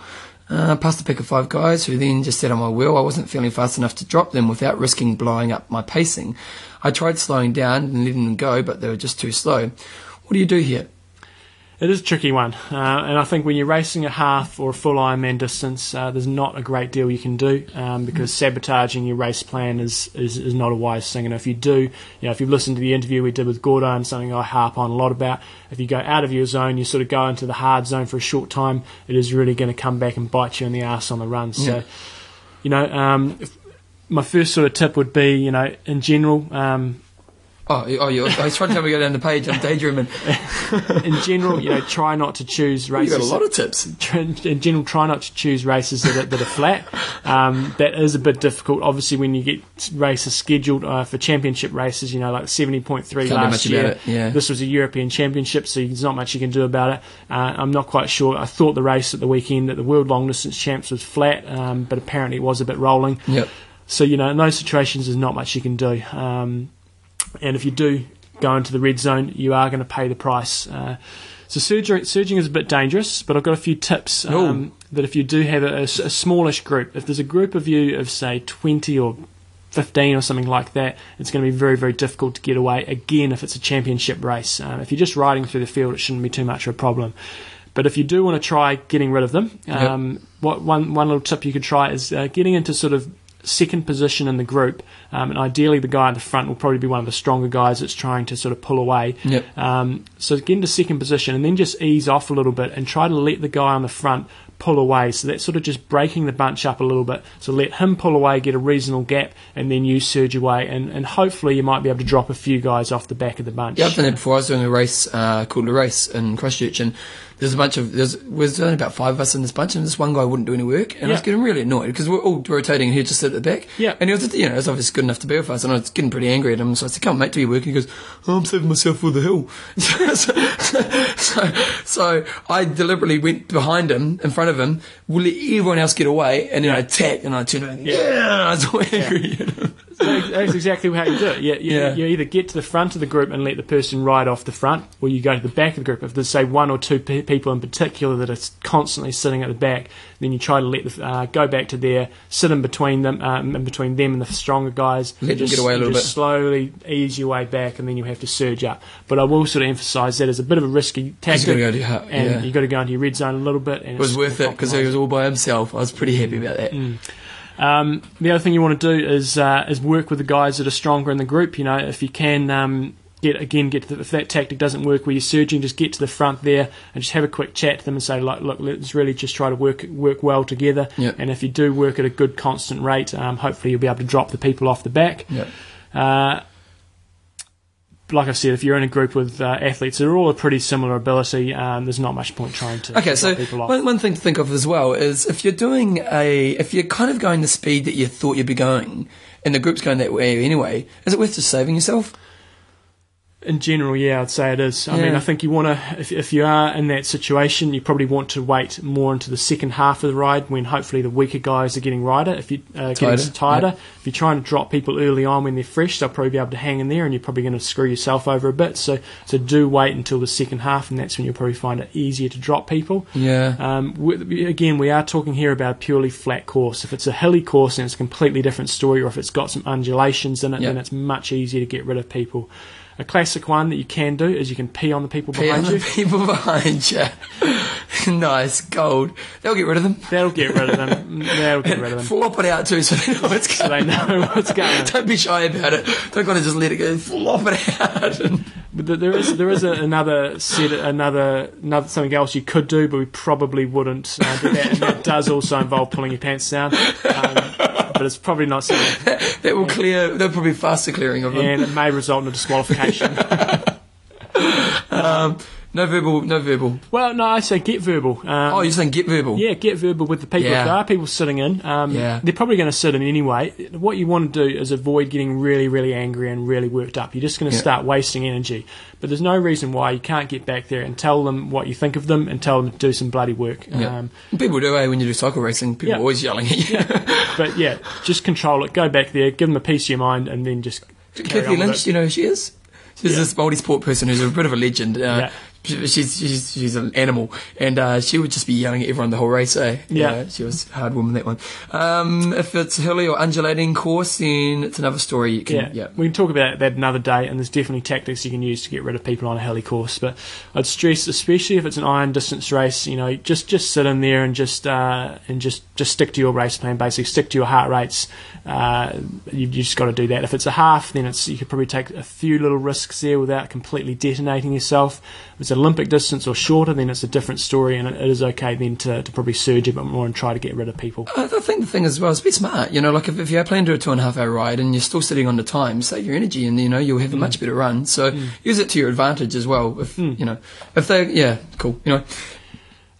Speaker 1: Uh, passed the pick of five guys who then just sat on my wheel. I wasn't feeling fast enough to drop them without risking blowing up my pacing. I tried slowing down and letting them go, but they were just too slow. What do you do here?
Speaker 2: It is a tricky one, uh, and I think when you're racing a half or a full Ironman distance, uh, there's not a great deal you can do um, because
Speaker 1: Hmm.
Speaker 2: sabotaging your race plan is, is is not a wise thing. And if you do, you know, if you've listened to the interview we did with Gordon, something I harp on a lot about, if you go out of your zone, you sort of go into the hard zone for a short time, it is really going to come back and bite you in the ass on the run. So,
Speaker 1: Yeah.
Speaker 2: you know, um, if- my first sort of tip would be, you know, in general, um,
Speaker 1: Oh, you- oh, you I was trying to tell me to go down the page. I'm daydreaming.
Speaker 2: in general, you know, try not to choose
Speaker 1: You
Speaker 2: races.
Speaker 1: got a lot of tips.
Speaker 2: tr- in general, try not to choose races that are, that are flat. Um, that is a bit difficult. Obviously, when you get races scheduled uh, for championship races, you know, like 70.3
Speaker 1: do
Speaker 2: last
Speaker 1: much
Speaker 2: year.
Speaker 1: about it, yeah.
Speaker 2: This was a European championship, so there's not much you can do about it. Uh, I'm not quite sure. I thought the race at the weekend at the World Long Distance Champs was flat, um, but apparently it was a bit rolling.
Speaker 1: Yep.
Speaker 2: So, you know, in those situations, there's not much you can do. Um, and if you do go into the red zone, you are going to pay the price. Uh, so, surging, surging is a bit dangerous, but I've got a few tips um, that if you do have a, a s- a smallish group, if there's a group of you of, say, 20 or 15 or something like that, it's going to be very, very difficult to get away. Again, if it's a championship race, um, if you're just riding through the field, it shouldn't be too much of a problem. But if you do want to try getting rid of them,
Speaker 1: Yep.
Speaker 2: um, what one one little tip you could try is uh, getting into sort of second position in the group, um, and ideally the guy at the front will probably be one of the stronger guys that's trying to sort of pull away.
Speaker 1: Yep.
Speaker 2: Um, so get into second position and then just ease off a little bit and try to let the guy on the front pull away. So that's sort of just breaking the bunch up a little bit. So let him pull away, get a reasonable gap, and then you surge away. And, and hopefully you might be able to drop a few guys off the back of the bunch.
Speaker 1: Yeah, I've done it before. I was doing a race uh, called the race in Christchurch, and there's a bunch of there's was only about five of us in this bunch, and this one guy wouldn't do any work, and I was
Speaker 2: Yeah.
Speaker 1: getting really annoyed because we're all rotating, and he just sit at the back.
Speaker 2: Yeah.
Speaker 1: and he was you know he was obviously good enough to be with us, and I was getting pretty angry at him, so I said, "Come, on, mate, do your work." And he goes, oh, "I'm saving myself for the hill." so, so, so I deliberately went behind him, in front of him, will let everyone else get away, and then I attacked, and I turned around, yeah, and I was all angry. at him.
Speaker 2: That's that's exactly how you do it. You, you,
Speaker 1: Yeah.
Speaker 2: you either get to the front of the group and let the person ride off the front, or you go to the back of the group. If there's, say, one or two pe- people in particular that are s- constantly sitting at the back, then you try to let the, uh, go back to there, sit in between them, um, in between them and the stronger guys.
Speaker 1: Let them
Speaker 2: just,
Speaker 1: get away a
Speaker 2: you
Speaker 1: little
Speaker 2: just
Speaker 1: bit.
Speaker 2: slowly ease your way back, and then you have to surge up. But I will sort of emphasise that as a bit of a risky
Speaker 1: He's
Speaker 2: tactic,
Speaker 1: gonna go to your-
Speaker 2: and
Speaker 1: yeah.
Speaker 2: you've got to go into your red zone a little bit. And
Speaker 1: It was worth it because he was all by himself. I was pretty happy about that.
Speaker 2: Um, the other thing you want to do is uh, is work with the guys that are stronger in the group. You know, if you can um, get again get to the, if that tactic doesn't work where you're surging, just get to the front there and just have a quick chat to them and say like, look, let's really just try to work work well together.
Speaker 1: Yep.
Speaker 2: And if you do work at a good constant rate, um, hopefully you'll be able to drop the people off the back.
Speaker 1: Yeah.
Speaker 2: Uh, like I said, if you're in a group with uh, athletes that are all a pretty similar ability, um, there's not much point trying to
Speaker 1: Okay,
Speaker 2: drop
Speaker 1: so
Speaker 2: people off.
Speaker 1: one, one thing to think of as well is if you're doing a, if you're kind of going the speed that you thought you'd be going, and the group's going that way anyway, is it worth just saving yourself?
Speaker 2: In general, yeah, I'd say it is. I mean,
Speaker 1: Yeah.
Speaker 2: I think you want to, if, if you are in that situation, you probably want to wait more into the second half of the ride when hopefully the weaker guys are getting rider, if you uh,
Speaker 1: Tighter,
Speaker 2: getting tighter. If you're trying to drop people early on when they're fresh, they'll probably be able to hang in there, and you're probably going to screw yourself over a bit. So, so do wait until the second half, and that's when you'll probably find it easier to drop people.
Speaker 1: Yeah.
Speaker 2: Um, with, again, we are talking here about a purely flat course. If it's a hilly course, then it's a completely different story, or if it's got some undulations in it,
Speaker 1: Yeah.
Speaker 2: then it's much easier to get rid of people. A classic one that you can do is you can pee on the people
Speaker 1: Pee on
Speaker 2: behind you.
Speaker 1: the people behind you. nice, gold. They'll get rid of them.
Speaker 2: That'll get rid of them. That'll get rid of them.
Speaker 1: Flop it out too so they know it's
Speaker 2: So they
Speaker 1: coming.
Speaker 2: know what's going on.
Speaker 1: Don't be shy about it. Don't kind of just let it go. Flop it out. And
Speaker 2: But th- there is there is a, another set, another, another something else you could do, but we probably wouldn't. Uh, do that, and that does also involve pulling your pants down, um, but it's probably not something,
Speaker 1: that will clear. They'll probably faster clearing of them.
Speaker 2: and it may result in a disqualification.
Speaker 1: No verbal. No verbal.
Speaker 2: well, no, I say get verbal. Um,
Speaker 1: Oh, you're saying get verbal.
Speaker 2: Yeah, get verbal with the people.
Speaker 1: Yeah.
Speaker 2: If there are people sitting in, um,
Speaker 1: Yeah.
Speaker 2: they're probably going to sit in anyway. What you want to do is avoid getting really, really angry and really worked up. You're just going to
Speaker 1: Yeah.
Speaker 2: start wasting energy. But there's no reason why you can't get back there and tell them what you think of them and tell them to do some bloody work.
Speaker 1: Yeah.
Speaker 2: Um,
Speaker 1: people do, eh? When you do cycle racing, people
Speaker 2: Yeah.
Speaker 1: are always yelling at you.
Speaker 2: but yeah, just control it. Go back there, give them a piece of your mind, and then just carry
Speaker 1: Kirby
Speaker 2: on with
Speaker 1: Lynch,
Speaker 2: it.
Speaker 1: do you know who she is? She's
Speaker 2: Yeah.
Speaker 1: this multi sport person who's a bit of a legend. Uh,
Speaker 2: Yeah.
Speaker 1: she- She's, she's she's an animal, and uh, she would just be yelling at everyone the whole race. Eh?
Speaker 2: Yeah.
Speaker 1: she was a hard woman that one. Um, if it's hilly or undulating course, then it's another story. You can,
Speaker 2: Yeah,
Speaker 1: yeah,
Speaker 2: we can talk about that another day, and there's definitely tactics you can use to get rid of people on a hilly course. But I'd stress, especially if it's an iron distance race, you know, just just sit in there and just uh, and just just stick to your race plan. Basically, stick to your heart rates. Uh, you, you just got to do that. If it's a half, then it's you could probably take a few little risks there without completely detonating yourself. If it's Olympic distance or shorter, then it's a different story, and it, it is okay then to, to probably surge a bit more and try to get rid of people.
Speaker 1: I, I think the thing as well is be smart. You know, like if, if you plan to do a two and a half hour ride and you're still sitting on the time, save your energy, and you know you'll
Speaker 2: Mm.
Speaker 1: have a much better run. So use it to your advantage as well. If you know, if they, yeah, cool. You know,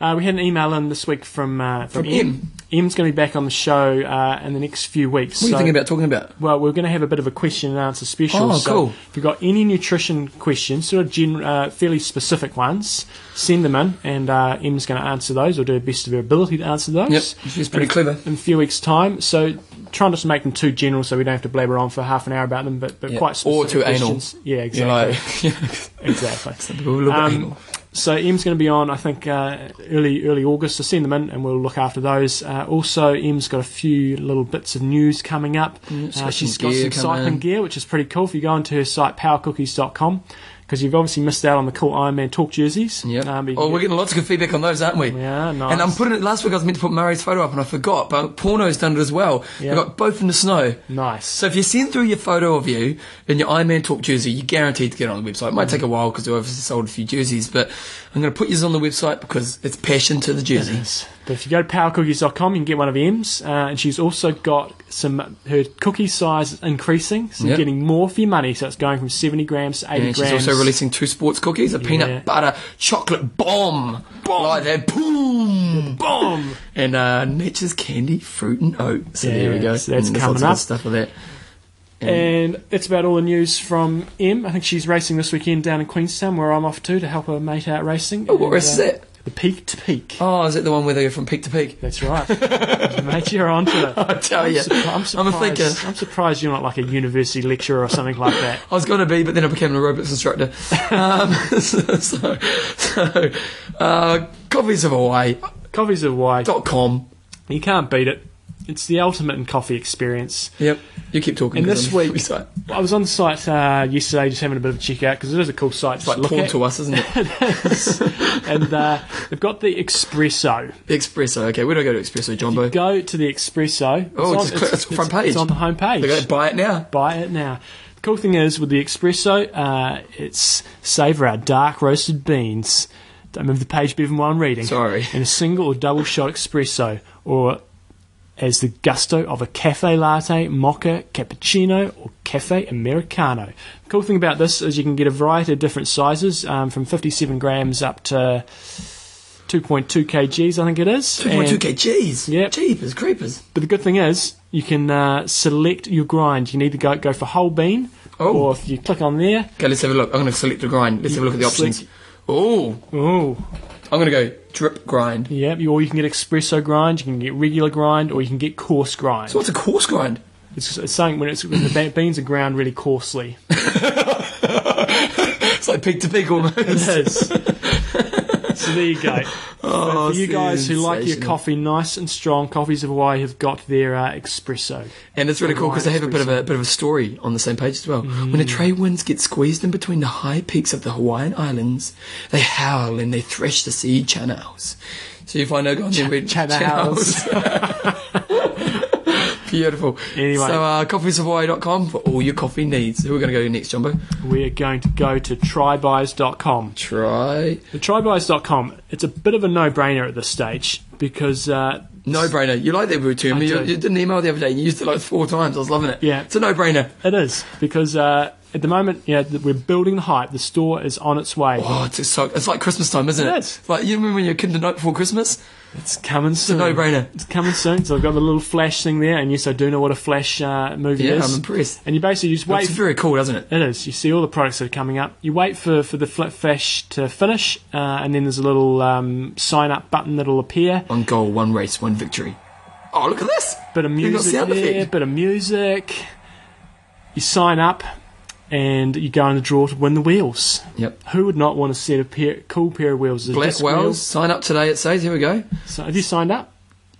Speaker 2: Uh, we had an email in this week from uh, from,
Speaker 1: From
Speaker 2: M. M's going to be back on the show uh, in the next few weeks.
Speaker 1: what are you
Speaker 2: so-
Speaker 1: thinking about talking about?
Speaker 2: Well, we're going to have a bit of a question and answer special.
Speaker 1: Oh,
Speaker 2: so
Speaker 1: cool.
Speaker 2: If you've got any nutrition questions, sort of gen- uh, fairly specific ones, send them in, and uh, M's going to answer those or do her best of her ability to answer those
Speaker 1: Yep, she's pretty clever.
Speaker 2: in a few weeks' time. So try not to make them too general, so we don't have to blabber on for half an hour about them, but, but
Speaker 1: Yeah,
Speaker 2: quite
Speaker 1: or
Speaker 2: specific
Speaker 1: too anal.
Speaker 2: questions. Yeah,
Speaker 1: You
Speaker 2: exactly.
Speaker 1: know,
Speaker 2: exactly.
Speaker 1: like, a little bit
Speaker 2: Um,
Speaker 1: anal.
Speaker 2: So Em's going to be on, I think, uh, early early August. So send them in, and we'll look after those. Uh, also, Em's got a few little bits of news coming up.
Speaker 1: she's
Speaker 2: Uh,
Speaker 1: got
Speaker 2: she's
Speaker 1: some
Speaker 2: got
Speaker 1: Mm, gear
Speaker 2: some
Speaker 1: coming
Speaker 2: cycling
Speaker 1: in.
Speaker 2: gear, which is pretty cool. If you go onto her site, powercookies.com, because you've obviously missed out on the cool Ironman Talk jerseys.
Speaker 1: Yep.
Speaker 2: Um, but you
Speaker 1: oh,
Speaker 2: can
Speaker 1: we're
Speaker 2: get-
Speaker 1: getting lots of good feedback on those, aren't we?
Speaker 2: Yeah, nice.
Speaker 1: And I'm putting it. Last week I was meant to put Murray's photo up, and I forgot. But Porno's done it as well.
Speaker 2: Yeah.
Speaker 1: We got both in the snow.
Speaker 2: nice.
Speaker 1: So if you send through your photo of you in your Iron Man Talk jersey, you're guaranteed to get on the website. It
Speaker 2: Mm.
Speaker 1: might take a while because we obviously sold a few jerseys, but I'm going to put yours on the website because it's passion to the jersey.
Speaker 2: Yes. But if you go to powercookies.com, you can get one of M's. Uh, and she's also got some, her cookie size is increasing. So you're
Speaker 1: Yep.
Speaker 2: getting more for your money. So it's going from 70 grams to 80
Speaker 1: And she's
Speaker 2: grams.
Speaker 1: also releasing two sports cookies, a peanut
Speaker 2: Yeah.
Speaker 1: butter chocolate bomb, like that, boom,
Speaker 2: Boom!
Speaker 1: and uh, Nature's candy, fruit and oat. So there we
Speaker 2: Yeah,
Speaker 1: go.
Speaker 2: so that's
Speaker 1: and there's lots
Speaker 2: coming
Speaker 1: of
Speaker 2: up.
Speaker 1: good stuff for that. Mm.
Speaker 2: And that's about all the news from M. I think she's racing this weekend down in Queenstown, where I'm off to to help her mate out racing.
Speaker 1: Oh, what
Speaker 2: And, uh,
Speaker 1: race is it?
Speaker 2: The Peak to Peak.
Speaker 1: Oh, is it the one where they go from peak to peak?
Speaker 2: That's right. mate, you're onto it.
Speaker 1: I tell
Speaker 2: I'm,
Speaker 1: you,
Speaker 2: surpri- I'm
Speaker 1: I'm a
Speaker 2: surprised.
Speaker 1: thinker.
Speaker 2: I'm surprised you're not like a university lecturer or something like that.
Speaker 1: I was going to be, but then I became an aerobics instructor. Um, so, so, so uh, copies of Hawaii.com.
Speaker 2: Coffee's a why. You can't beat it. It's the ultimate in coffee experience.
Speaker 1: Yep, you keep talking.
Speaker 2: And
Speaker 1: 'cause
Speaker 2: this
Speaker 1: I'm-
Speaker 2: week-
Speaker 1: it's like,
Speaker 2: I was on the site uh, yesterday just having a bit of a check out because it is a cool site
Speaker 1: it's
Speaker 2: to
Speaker 1: like
Speaker 2: look
Speaker 1: porn
Speaker 2: at.
Speaker 1: to us, isn't it?
Speaker 2: and uh, they've got the espresso.
Speaker 1: The Espresso. Okay, where do I go to Espresso, Jumbo?
Speaker 2: Go to the espresso.
Speaker 1: Oh, it's just click- it's front page.
Speaker 2: It's on the home page.
Speaker 1: They go, buy it now.
Speaker 2: Buy it now. The cool thing is with the espresso, uh, it's savour our dark roasted beans. Don't move the page, Bevan, while I'm reading.
Speaker 1: Sorry.
Speaker 2: In a single or double shot espresso, or as the gusto of a cafe latte, mocha, cappuccino, or cafe americano. The cool thing about this is you can get a variety of different sizes, um, from 57 grams up to 2.2 kgs, I think it is.
Speaker 1: Two point two
Speaker 2: And-
Speaker 1: k. Jeez.
Speaker 2: Yep.
Speaker 1: Jeepers creepers.
Speaker 2: but the good thing is, you can uh, select your grind. You can either go, go for whole bean,
Speaker 1: Oh.
Speaker 2: or if you click on there,
Speaker 1: Okay, let's have a look. I'm going to select the grind. Let's have a look at the
Speaker 2: Select-
Speaker 1: options. Oh,
Speaker 2: oh,
Speaker 1: I'm going to go drip grind.
Speaker 2: yeah, you, or you can get espresso grind, you can get regular grind, or you can get coarse grind.
Speaker 1: So what's a coarse grind?
Speaker 2: It's, it's something when, it's, when the ba- beans are ground really coarsely.
Speaker 1: It's like peak to peak almost.
Speaker 2: It is. so there you go.
Speaker 1: Oh,
Speaker 2: for you guys who like your coffee nice and strong, Coffees of Hawaii have got their uh, espresso.
Speaker 1: And it's really cool because they have a bit of a
Speaker 2: Hawaii
Speaker 1: bit of a story on the same page as well. When the
Speaker 2: Mm.
Speaker 1: trade winds get squeezed in between the high peaks of the Hawaiian Islands, they howl and they thresh the sea channels. So you find out, go on and read
Speaker 2: channels.
Speaker 1: Beautiful.
Speaker 2: Anyway.
Speaker 1: so uh, coffeesofhawaii.com for all your coffee needs. Who are we going to go to next, Jumbo?
Speaker 2: We're going to go to trybuys.com.
Speaker 1: Try
Speaker 2: The trybuys.com, it's a bit of a no-brainer at this stage because uh,
Speaker 1: no brainer. You like that word term?
Speaker 2: I
Speaker 1: You,
Speaker 2: do.
Speaker 1: you did an email the other day. You used it like four times. I was loving it.
Speaker 2: Yeah.
Speaker 1: it's a no brainer.
Speaker 2: it is because uh, at the moment, you know, th- we're building the hype. The store is on its way.
Speaker 1: Oh, it's so it's like Christmas time, isn't it?
Speaker 2: It is.
Speaker 1: It's Like you remember when you're a kid the night before Christmas?
Speaker 2: It's coming soon.
Speaker 1: no-brainer.
Speaker 2: It's coming soon. So I've got the little flash thing there, and yes, I do know what a flash uh, movie
Speaker 1: Yeah,
Speaker 2: is.
Speaker 1: I'm impressed.
Speaker 2: And you basically just wait.
Speaker 1: It's very cool, doesn't it?
Speaker 2: It is. You see all the products that are coming up. You wait for, for the flip flash to finish, uh, and then there's a little um, sign up button that'll appear.
Speaker 1: One goal, one race, one victory. Oh, look at this!
Speaker 2: Bit of
Speaker 1: got
Speaker 2: music
Speaker 1: sound
Speaker 2: there.
Speaker 1: effect.
Speaker 2: Bit of music. You sign up, and you go in the draw to win the wheels.
Speaker 1: Yep.
Speaker 2: Who would not want a set of pair, cool pair of wheels? The
Speaker 1: Black
Speaker 2: disc
Speaker 1: Wales, sign up today, it says. Here we go.
Speaker 2: So, have you signed up?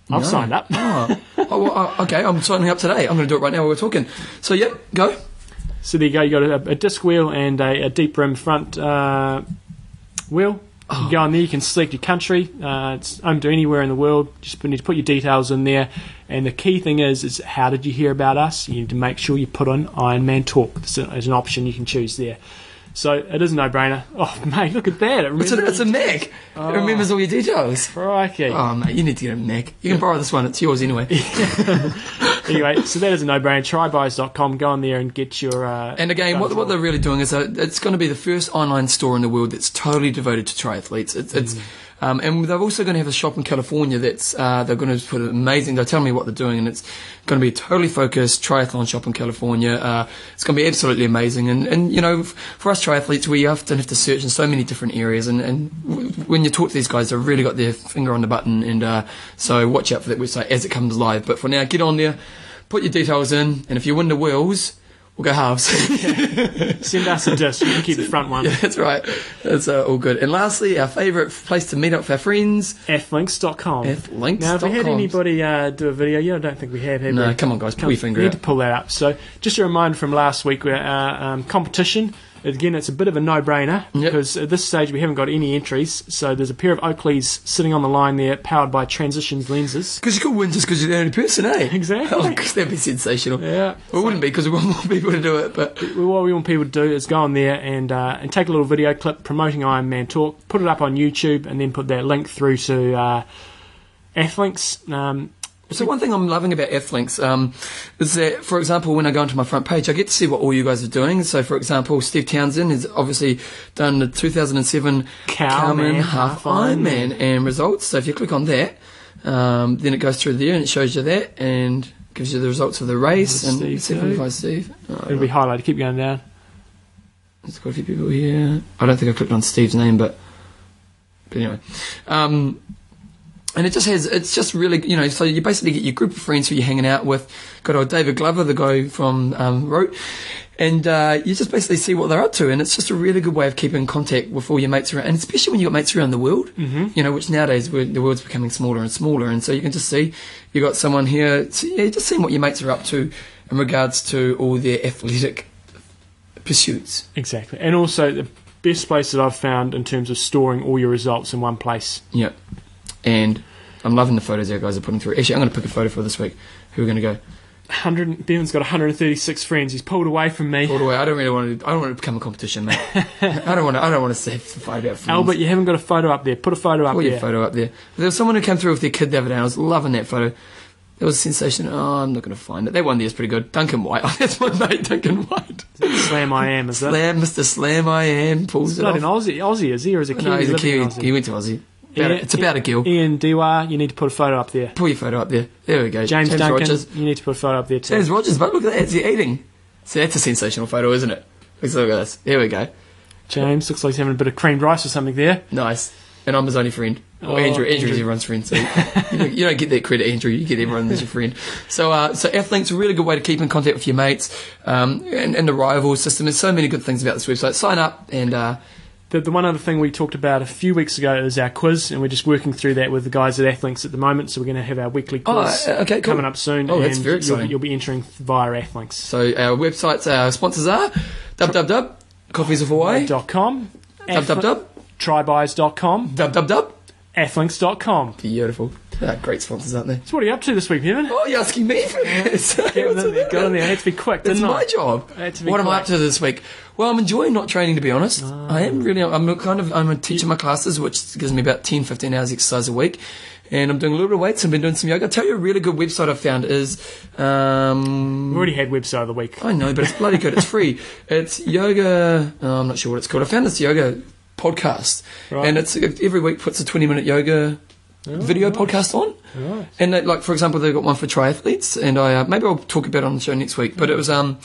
Speaker 2: I've
Speaker 1: No.
Speaker 2: signed up.
Speaker 1: Oh, oh, well, oh, okay, I'm signing up today. I'm going to do it right now while we're talking. So, yep, go.
Speaker 2: So there you go. You got a, a disc wheel and a, a deep rim front uh, wheel. You
Speaker 1: Oh.
Speaker 2: go on there. You can select your country. Uh, it's open to anywhere in the world. Just need to put your details in there. And the key thing is, is how did you hear about us? You need to make sure you put on Iron Man Talk. There's an, there's an option you can choose there. So it is a no-brainer. Oh mate, look at that! It
Speaker 1: It's a,
Speaker 2: remembers-
Speaker 1: it's a Mac.
Speaker 2: Ah.
Speaker 1: It remembers all your details.
Speaker 2: Crikey.
Speaker 1: Oh, mate, you need to get a Mac. You can borrow this one, it's yours anyway.
Speaker 2: Anyway, so that is a no-brainer. Trybuys.com. Go on there and get your. Uh,
Speaker 1: And again, what, what they're really doing is uh, it's going to be the first online store in the world that's totally devoted to triathletes. It's, it's um, and they're also going to have a shop in California that's uh, they're going to put an amazing. They're telling me what they're doing, and it's going to be a totally focused triathlon shop in California. Uh, it's going to be absolutely amazing. And and you know, f- for us triathletes, we often have to search in so many different areas. And and w- when you talk to these guys, they've really got their finger on the button. And uh, so watch out for that website as it comes live. But for now, get on there, put your details in, and if you win the wheels. We'll go halves.
Speaker 2: send us a disc. You can keep the front one.
Speaker 1: Yeah, that's right. That's uh, all good. And lastly, our favourite place to meet up with our friends,
Speaker 2: Flinks.com.
Speaker 1: flinks.com.
Speaker 2: Now, have we had anybody uh, do a video yet? I don't think we have. have
Speaker 1: No,
Speaker 2: we?
Speaker 1: come on, guys, pull your finger
Speaker 2: We
Speaker 1: out.
Speaker 2: need to pull that up. So, just a reminder from last week: we're, uh, um, competition. Again, it's a bit of a no-brainer
Speaker 1: Yep.
Speaker 2: because at this stage we haven't got any entries. So there's a pair of Oakleys sitting on the line there, powered by Transitions lenses.
Speaker 1: Because you could win just because you're the only person, eh?
Speaker 2: Exactly.
Speaker 1: Oh, 'cause that'd be sensational.
Speaker 2: Yeah.
Speaker 1: Well, it wouldn't be because we want more people to do it, but
Speaker 2: Well, What we want people to do is go on there and uh, and take a little video clip promoting Iron Man Talk, put it up on YouTube, and then put that link through to uh, Athlinks. Um,
Speaker 1: So one thing I'm loving about Flinks um, is that, for example, when I go onto my front page, I get to see what all you guys are doing. So, for example, Steve Townsend has obviously done the 2007
Speaker 2: Cowman
Speaker 1: Half
Speaker 2: Half Ironman.
Speaker 1: Ironman and results. So if you click on that, um, then it goes through there and it shows you that and gives you the results of the race.
Speaker 2: There's
Speaker 1: And
Speaker 2: Steve
Speaker 1: see if I can
Speaker 2: too.
Speaker 1: find Steve. Oh,
Speaker 2: it'll be highlighted. Keep going down.
Speaker 1: there's quite a few people here. I don't think I clicked on Steve's name, but but anyway, um, and it just has it's just really you know so you basically get your group of friends who you're hanging out with. Got old David Glover, the guy from um, Rote, and uh, you just basically see what they're up to, and it's just a really good way of keeping contact with all your mates around, and especially when you have got mates around the world. Mm-hmm. You know, which nowadays we're, the world's becoming smaller and smaller, and so you can just see you got someone here. So, yeah, just seeing what your mates are up to in regards to all their athletic pursuits.
Speaker 2: Exactly. And also, the best place that I've found in terms of storing all your results in one place.
Speaker 1: Yep. And I'm loving the photos you guys are putting through. Actually, I'm going to pick a photo for this week. Who are going to go?
Speaker 2: 100, Bevan's got 136 friends. He's pulled away from me.
Speaker 1: All the way. I don't really want to. I don't want to become a competition, mate. I don't want to. I don't want to save the fight out. friends.
Speaker 2: Albert, you haven't got a photo up there. Put a photo up
Speaker 1: put your
Speaker 2: there.
Speaker 1: photo up there. There was someone who came through with their kid the other day. and I was loving that photo. It was sensational. Oh, I'm not going to find it. That one there's pretty good. Duncan White. Oh, that's my mate, Duncan White.
Speaker 2: Slam I am, is it?
Speaker 1: Slam, Mr. Slam, I am. Pulls it
Speaker 2: Not an
Speaker 1: off.
Speaker 2: Aussie, Aussie, is he? Or is a Kiwi
Speaker 1: No, he's a
Speaker 2: living
Speaker 1: Kiwi.
Speaker 2: in
Speaker 1: He
Speaker 2: Aussie?
Speaker 1: went to Aussie. About
Speaker 2: Yeah,
Speaker 1: a- it's about a gill.
Speaker 2: Ian Dewar, you need to put a photo up there.
Speaker 1: Pull your photo up there. There we go.
Speaker 2: James, Duncan,
Speaker 1: Rogers.
Speaker 2: you need to put a photo up there too.
Speaker 1: James Rogers, but look at that, he's eating. So that's a sensational photo, isn't it? Let's look at this. Here we go.
Speaker 2: James looks like he's having a bit of creamed rice or something there.
Speaker 1: Nice. And I'm his only friend. Well,
Speaker 2: Oh,
Speaker 1: Andrew, Andrew's
Speaker 2: Andrew.
Speaker 1: everyone's friend, so you, don't, you don't get that credit, Andrew. You get everyone as your friend. So, uh, so Athlink's a really good way to keep in contact with your mates um, and, and the rival system. There's so many good things about this website. Sign up and uh,
Speaker 2: The, the one other thing we talked about a few weeks ago is our quiz, and we're just working through that with the guys at Athlinks at the moment. So we're going to have our weekly
Speaker 1: Oh,
Speaker 2: quiz
Speaker 1: uh, okay, cool.
Speaker 2: coming up soon.
Speaker 1: Oh,
Speaker 2: and
Speaker 1: that's very
Speaker 2: you'll be-
Speaker 1: exciting.
Speaker 2: You'll, be entering via Athlinks.com,
Speaker 1: So our websites, our sponsors are www. Coffees of Hawaii. Dub dub dub.
Speaker 2: trybuys.com,
Speaker 1: Dub dub dub.
Speaker 2: athlinks.com.
Speaker 1: Beautiful. Ah, great sponsors, aren't they?
Speaker 2: So what are you up to this week, Evan?
Speaker 1: Oh, you're asking me for this.
Speaker 2: Get in there, get in there. I had to be quick,
Speaker 1: It's
Speaker 2: didn't I?
Speaker 1: my job.
Speaker 2: I had to be Ah.
Speaker 1: What am I
Speaker 2: quick.
Speaker 1: up to this week? Well, I'm enjoying not training, to be honest. I am really. I'm a kind of. I'm a teacher in my classes, which gives me about 10, 15 hours exercise a week, and I'm doing a little bit of weights. I've been doing some yoga. I'll tell you a really good website I found is. Um,
Speaker 2: We already had website of the week.
Speaker 1: I know, but it's bloody good. It's free. It's yoga. oh, I'm not sure what it's called. I found this yoga podcast,
Speaker 2: Right.
Speaker 1: and it's every week puts a 20 minute yoga video podcast on.
Speaker 2: Right.
Speaker 1: And they, like for example, they've got one for triathletes, and I uh, maybe I'll talk about it on the show next week. But it was um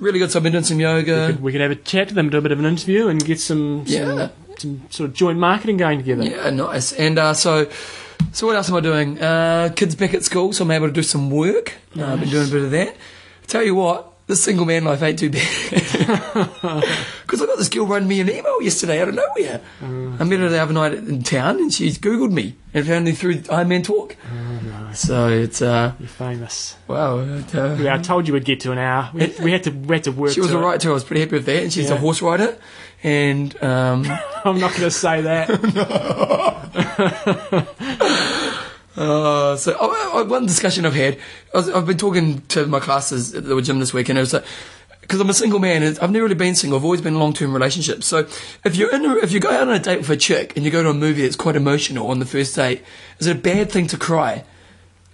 Speaker 1: really good. So I've been doing some
Speaker 2: We
Speaker 1: yoga.
Speaker 2: could, we could have a chat to them, do a bit of an interview, and get some
Speaker 1: Yeah.
Speaker 2: some, some sort of joint marketing going together.
Speaker 1: Yeah, nice. And uh, so, so what else am I doing? Uh, kids back at school, so I'm able to do some work. Uh, I've been doing a bit of that. tell you what, this single man life ain't too bad. Because I got this girl writing me an email yesterday out of nowhere.
Speaker 2: Mm.
Speaker 1: I met her the other night in town, and she's googled me and found me through Iron Man Talk.
Speaker 2: Oh,
Speaker 1: So it's uh,
Speaker 2: You're famous.
Speaker 1: wow. it, uh,
Speaker 2: Yeah, I told you we'd get to an hour. We had, we had to we had to work.
Speaker 1: She was
Speaker 2: to it.
Speaker 1: alright too. I was pretty happy with that. And she's
Speaker 2: Yeah.
Speaker 1: a horse rider, and um,
Speaker 2: I'm not going to say that.
Speaker 1: Uh, so oh, oh, one discussion I've had, I was, I've been talking to my classes at the gym this week, and it was like, because I'm a single man, and I've never really been single. I've always been in long-term relationships. So if you're in, a, if you go out on a date with a chick and you go to a movie that's quite emotional on the first date, is it a bad thing to cry?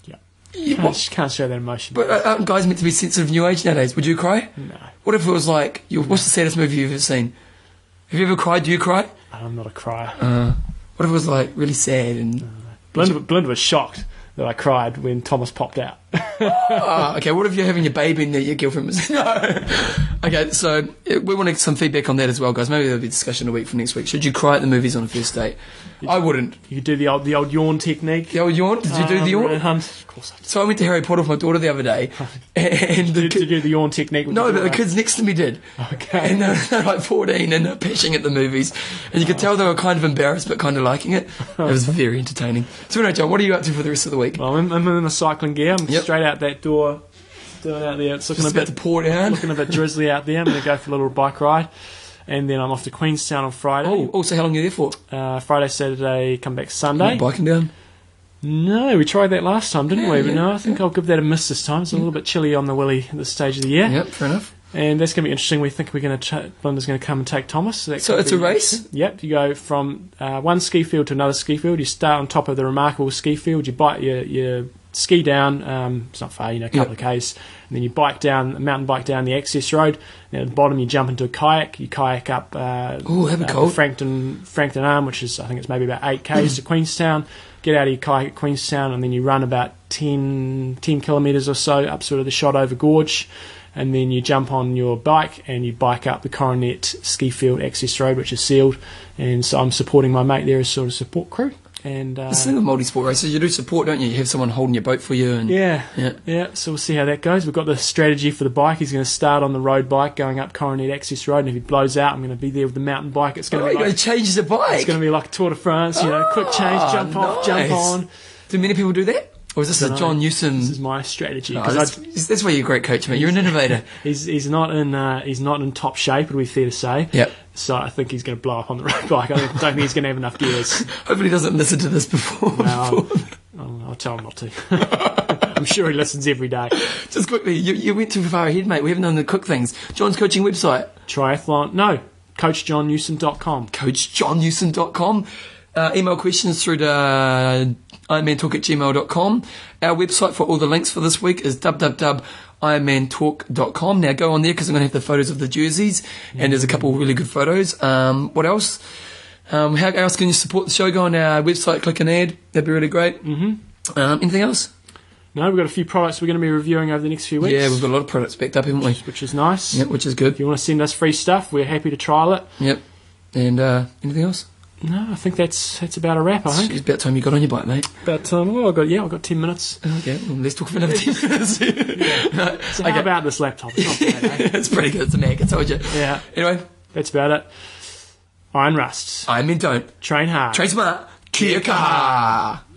Speaker 2: yeah,
Speaker 1: You-
Speaker 2: can't, sh- can't show that emotion.
Speaker 1: But uh, aren't guys meant to be sensitive new age nowadays? Would you cry?
Speaker 2: no,
Speaker 1: What if it was like, you, what's the saddest movie you've ever seen? Have you ever cried? Do you cry?
Speaker 2: I'm not a crier.
Speaker 1: Uh, what if it was like really sad and
Speaker 2: Belinda, Belinda was shocked that I cried when Thomas popped out.
Speaker 1: Ah, okay. What if you're having your baby and your girlfriend was no? Okay, so uh, we want some feedback on that as well, guys. Maybe there'll be discussion a week for next week. Should you cry at the movies on a first date? I wouldn't.
Speaker 2: You could do the old the old yawn technique.
Speaker 1: The old yawn? Did you do
Speaker 2: Um,
Speaker 1: the yawn?
Speaker 2: um, of course I did.
Speaker 1: So I went to Harry Potter with my daughter the other day, and the
Speaker 2: Did you
Speaker 1: kid,
Speaker 2: do the yawn technique? with
Speaker 1: no,
Speaker 2: the
Speaker 1: but the
Speaker 2: door?
Speaker 1: kids next to me did.
Speaker 2: Okay.
Speaker 1: And they're, they're like 14 and they're pishing at the movies, and you could tell they were kind of embarrassed but kind of liking it. It was very entertaining. So anyway, John, what are you up to for the rest of the week?
Speaker 2: Well, I'm, I'm in the cycling gear. I'm
Speaker 1: Yep.
Speaker 2: straight out that door. Doing out there. It's looking
Speaker 1: Just
Speaker 2: a bit
Speaker 1: about to pour down.
Speaker 2: looking a bit drizzly out there. I'm going to go for a little bike ride, and then I'm off to Queenstown on
Speaker 1: Oh,
Speaker 2: Friday.
Speaker 1: also, how long are you there for?
Speaker 2: Uh, Friday, Saturday, come back Sunday.
Speaker 1: Biking down.
Speaker 2: No, we tried that last time, didn't
Speaker 1: Yeah,
Speaker 2: we? But
Speaker 1: yeah,
Speaker 2: no, I think I'll give that a miss this time. It's a little bit chilly on the willy at this stage of the year,
Speaker 1: Yep, fair enough.
Speaker 2: and that's going to be interesting. We think we're going to ch- Belinda's going to come and take Thomas. So, that
Speaker 1: So
Speaker 2: could
Speaker 1: it's a
Speaker 2: be
Speaker 1: race?
Speaker 2: interesting. Yep, you go from uh, one ski field to another ski field. You start on top of the remarkable ski field. You bike, you, you ski down. Um, it's not far, you know, a couple of k's, and then you bike down, mountain bike down the access road. And at the bottom, you jump into a kayak. You kayak up. Uh,
Speaker 1: Ooh, that'd be
Speaker 2: uh, the
Speaker 1: cool.
Speaker 2: Frankton Frankton Arm, which is I think it's maybe about eight k's to Queenstown. Get out of your kayak at Queenstown, and then you run about 10, 10 kilometres or so up sort of the Shot Over Gorge, and then you jump on your bike and you bike up the Coronet Ski Field Access Road, which is sealed. And so I'm supporting my mate there as sort of support crew. And uh,
Speaker 1: It's the thing with multi-sport races, you do support, don't you? You have someone holding your boat for you, and
Speaker 2: yeah,
Speaker 1: yeah.
Speaker 2: yeah. So we'll see how that goes. We've got the strategy for the bike. He's going to start on the road bike going up Coronet Access Road, and if he blows out, I'm going to be there with the mountain bike. It's going
Speaker 1: Oh,
Speaker 2: to
Speaker 1: you're
Speaker 2: be like
Speaker 1: going to change the bike.
Speaker 2: It's going to be like a Tour de France, you know, quick change,
Speaker 1: Ah,
Speaker 2: jump off, jump
Speaker 1: nice.
Speaker 2: on.
Speaker 1: Do many people do that, or is this a
Speaker 2: Dunno.
Speaker 1: John Newsom?
Speaker 2: This is my strategy
Speaker 1: Oh,
Speaker 2: 'cause
Speaker 1: that's,
Speaker 2: I'd-
Speaker 1: that's why you're a great coach, mate. You're an innovator.
Speaker 2: he's he's not in uh, he's not in top shape. It'd be fair to say.
Speaker 1: Yep.
Speaker 2: So I think he's going to blow up on the road bike. I don't think he's going to have enough gears.
Speaker 1: Hopefully, he doesn't listen to this before.
Speaker 2: No, I'll, I'll tell him not to. I'm sure he listens every day.
Speaker 1: Just quickly, you, you went too far ahead, mate. We haven't done the quick things. John's coaching website,
Speaker 2: Triathlon, no, CoachJohnNewson.com.
Speaker 1: coachjohnnewson.com. Uh, email questions through to uh, ironmantalk at gmail.com. Our website for all the links for this week is www.ironmantalk.com. Now go on there because I'm going to have the photos of the jerseys and there's a couple really good photos. Um, what else? Um, how else can you support the show? Go on our website, click an ad. That'd be really great. Mm-hmm. Um, anything else?
Speaker 2: No, we've got a few products we're going to be reviewing over the next few weeks.
Speaker 1: Yeah, we've got a lot of products backed up, haven't we?
Speaker 2: which is nice.
Speaker 1: Yep, which is
Speaker 2: If
Speaker 1: good.
Speaker 2: you want to send us free stuff, we're happy to trial it.
Speaker 1: Yep. And uh, anything else?
Speaker 2: No, I think that's that's about a wrap. I think.
Speaker 1: It's about time you got on your bike, mate.
Speaker 2: But um, well, I got yeah, I got ten minutes.
Speaker 1: Okay, well, let's talk for another 10 minutes. No,
Speaker 2: So
Speaker 1: okay.
Speaker 2: how about this laptop? It's not bad, eh?
Speaker 1: it's pretty good. It's a Mac. I told you.
Speaker 2: yeah,
Speaker 1: Anyway,
Speaker 2: that's about it. Iron Rusts.
Speaker 1: I mean, don't.
Speaker 2: Train hard.
Speaker 1: Train smart. Kia kaha.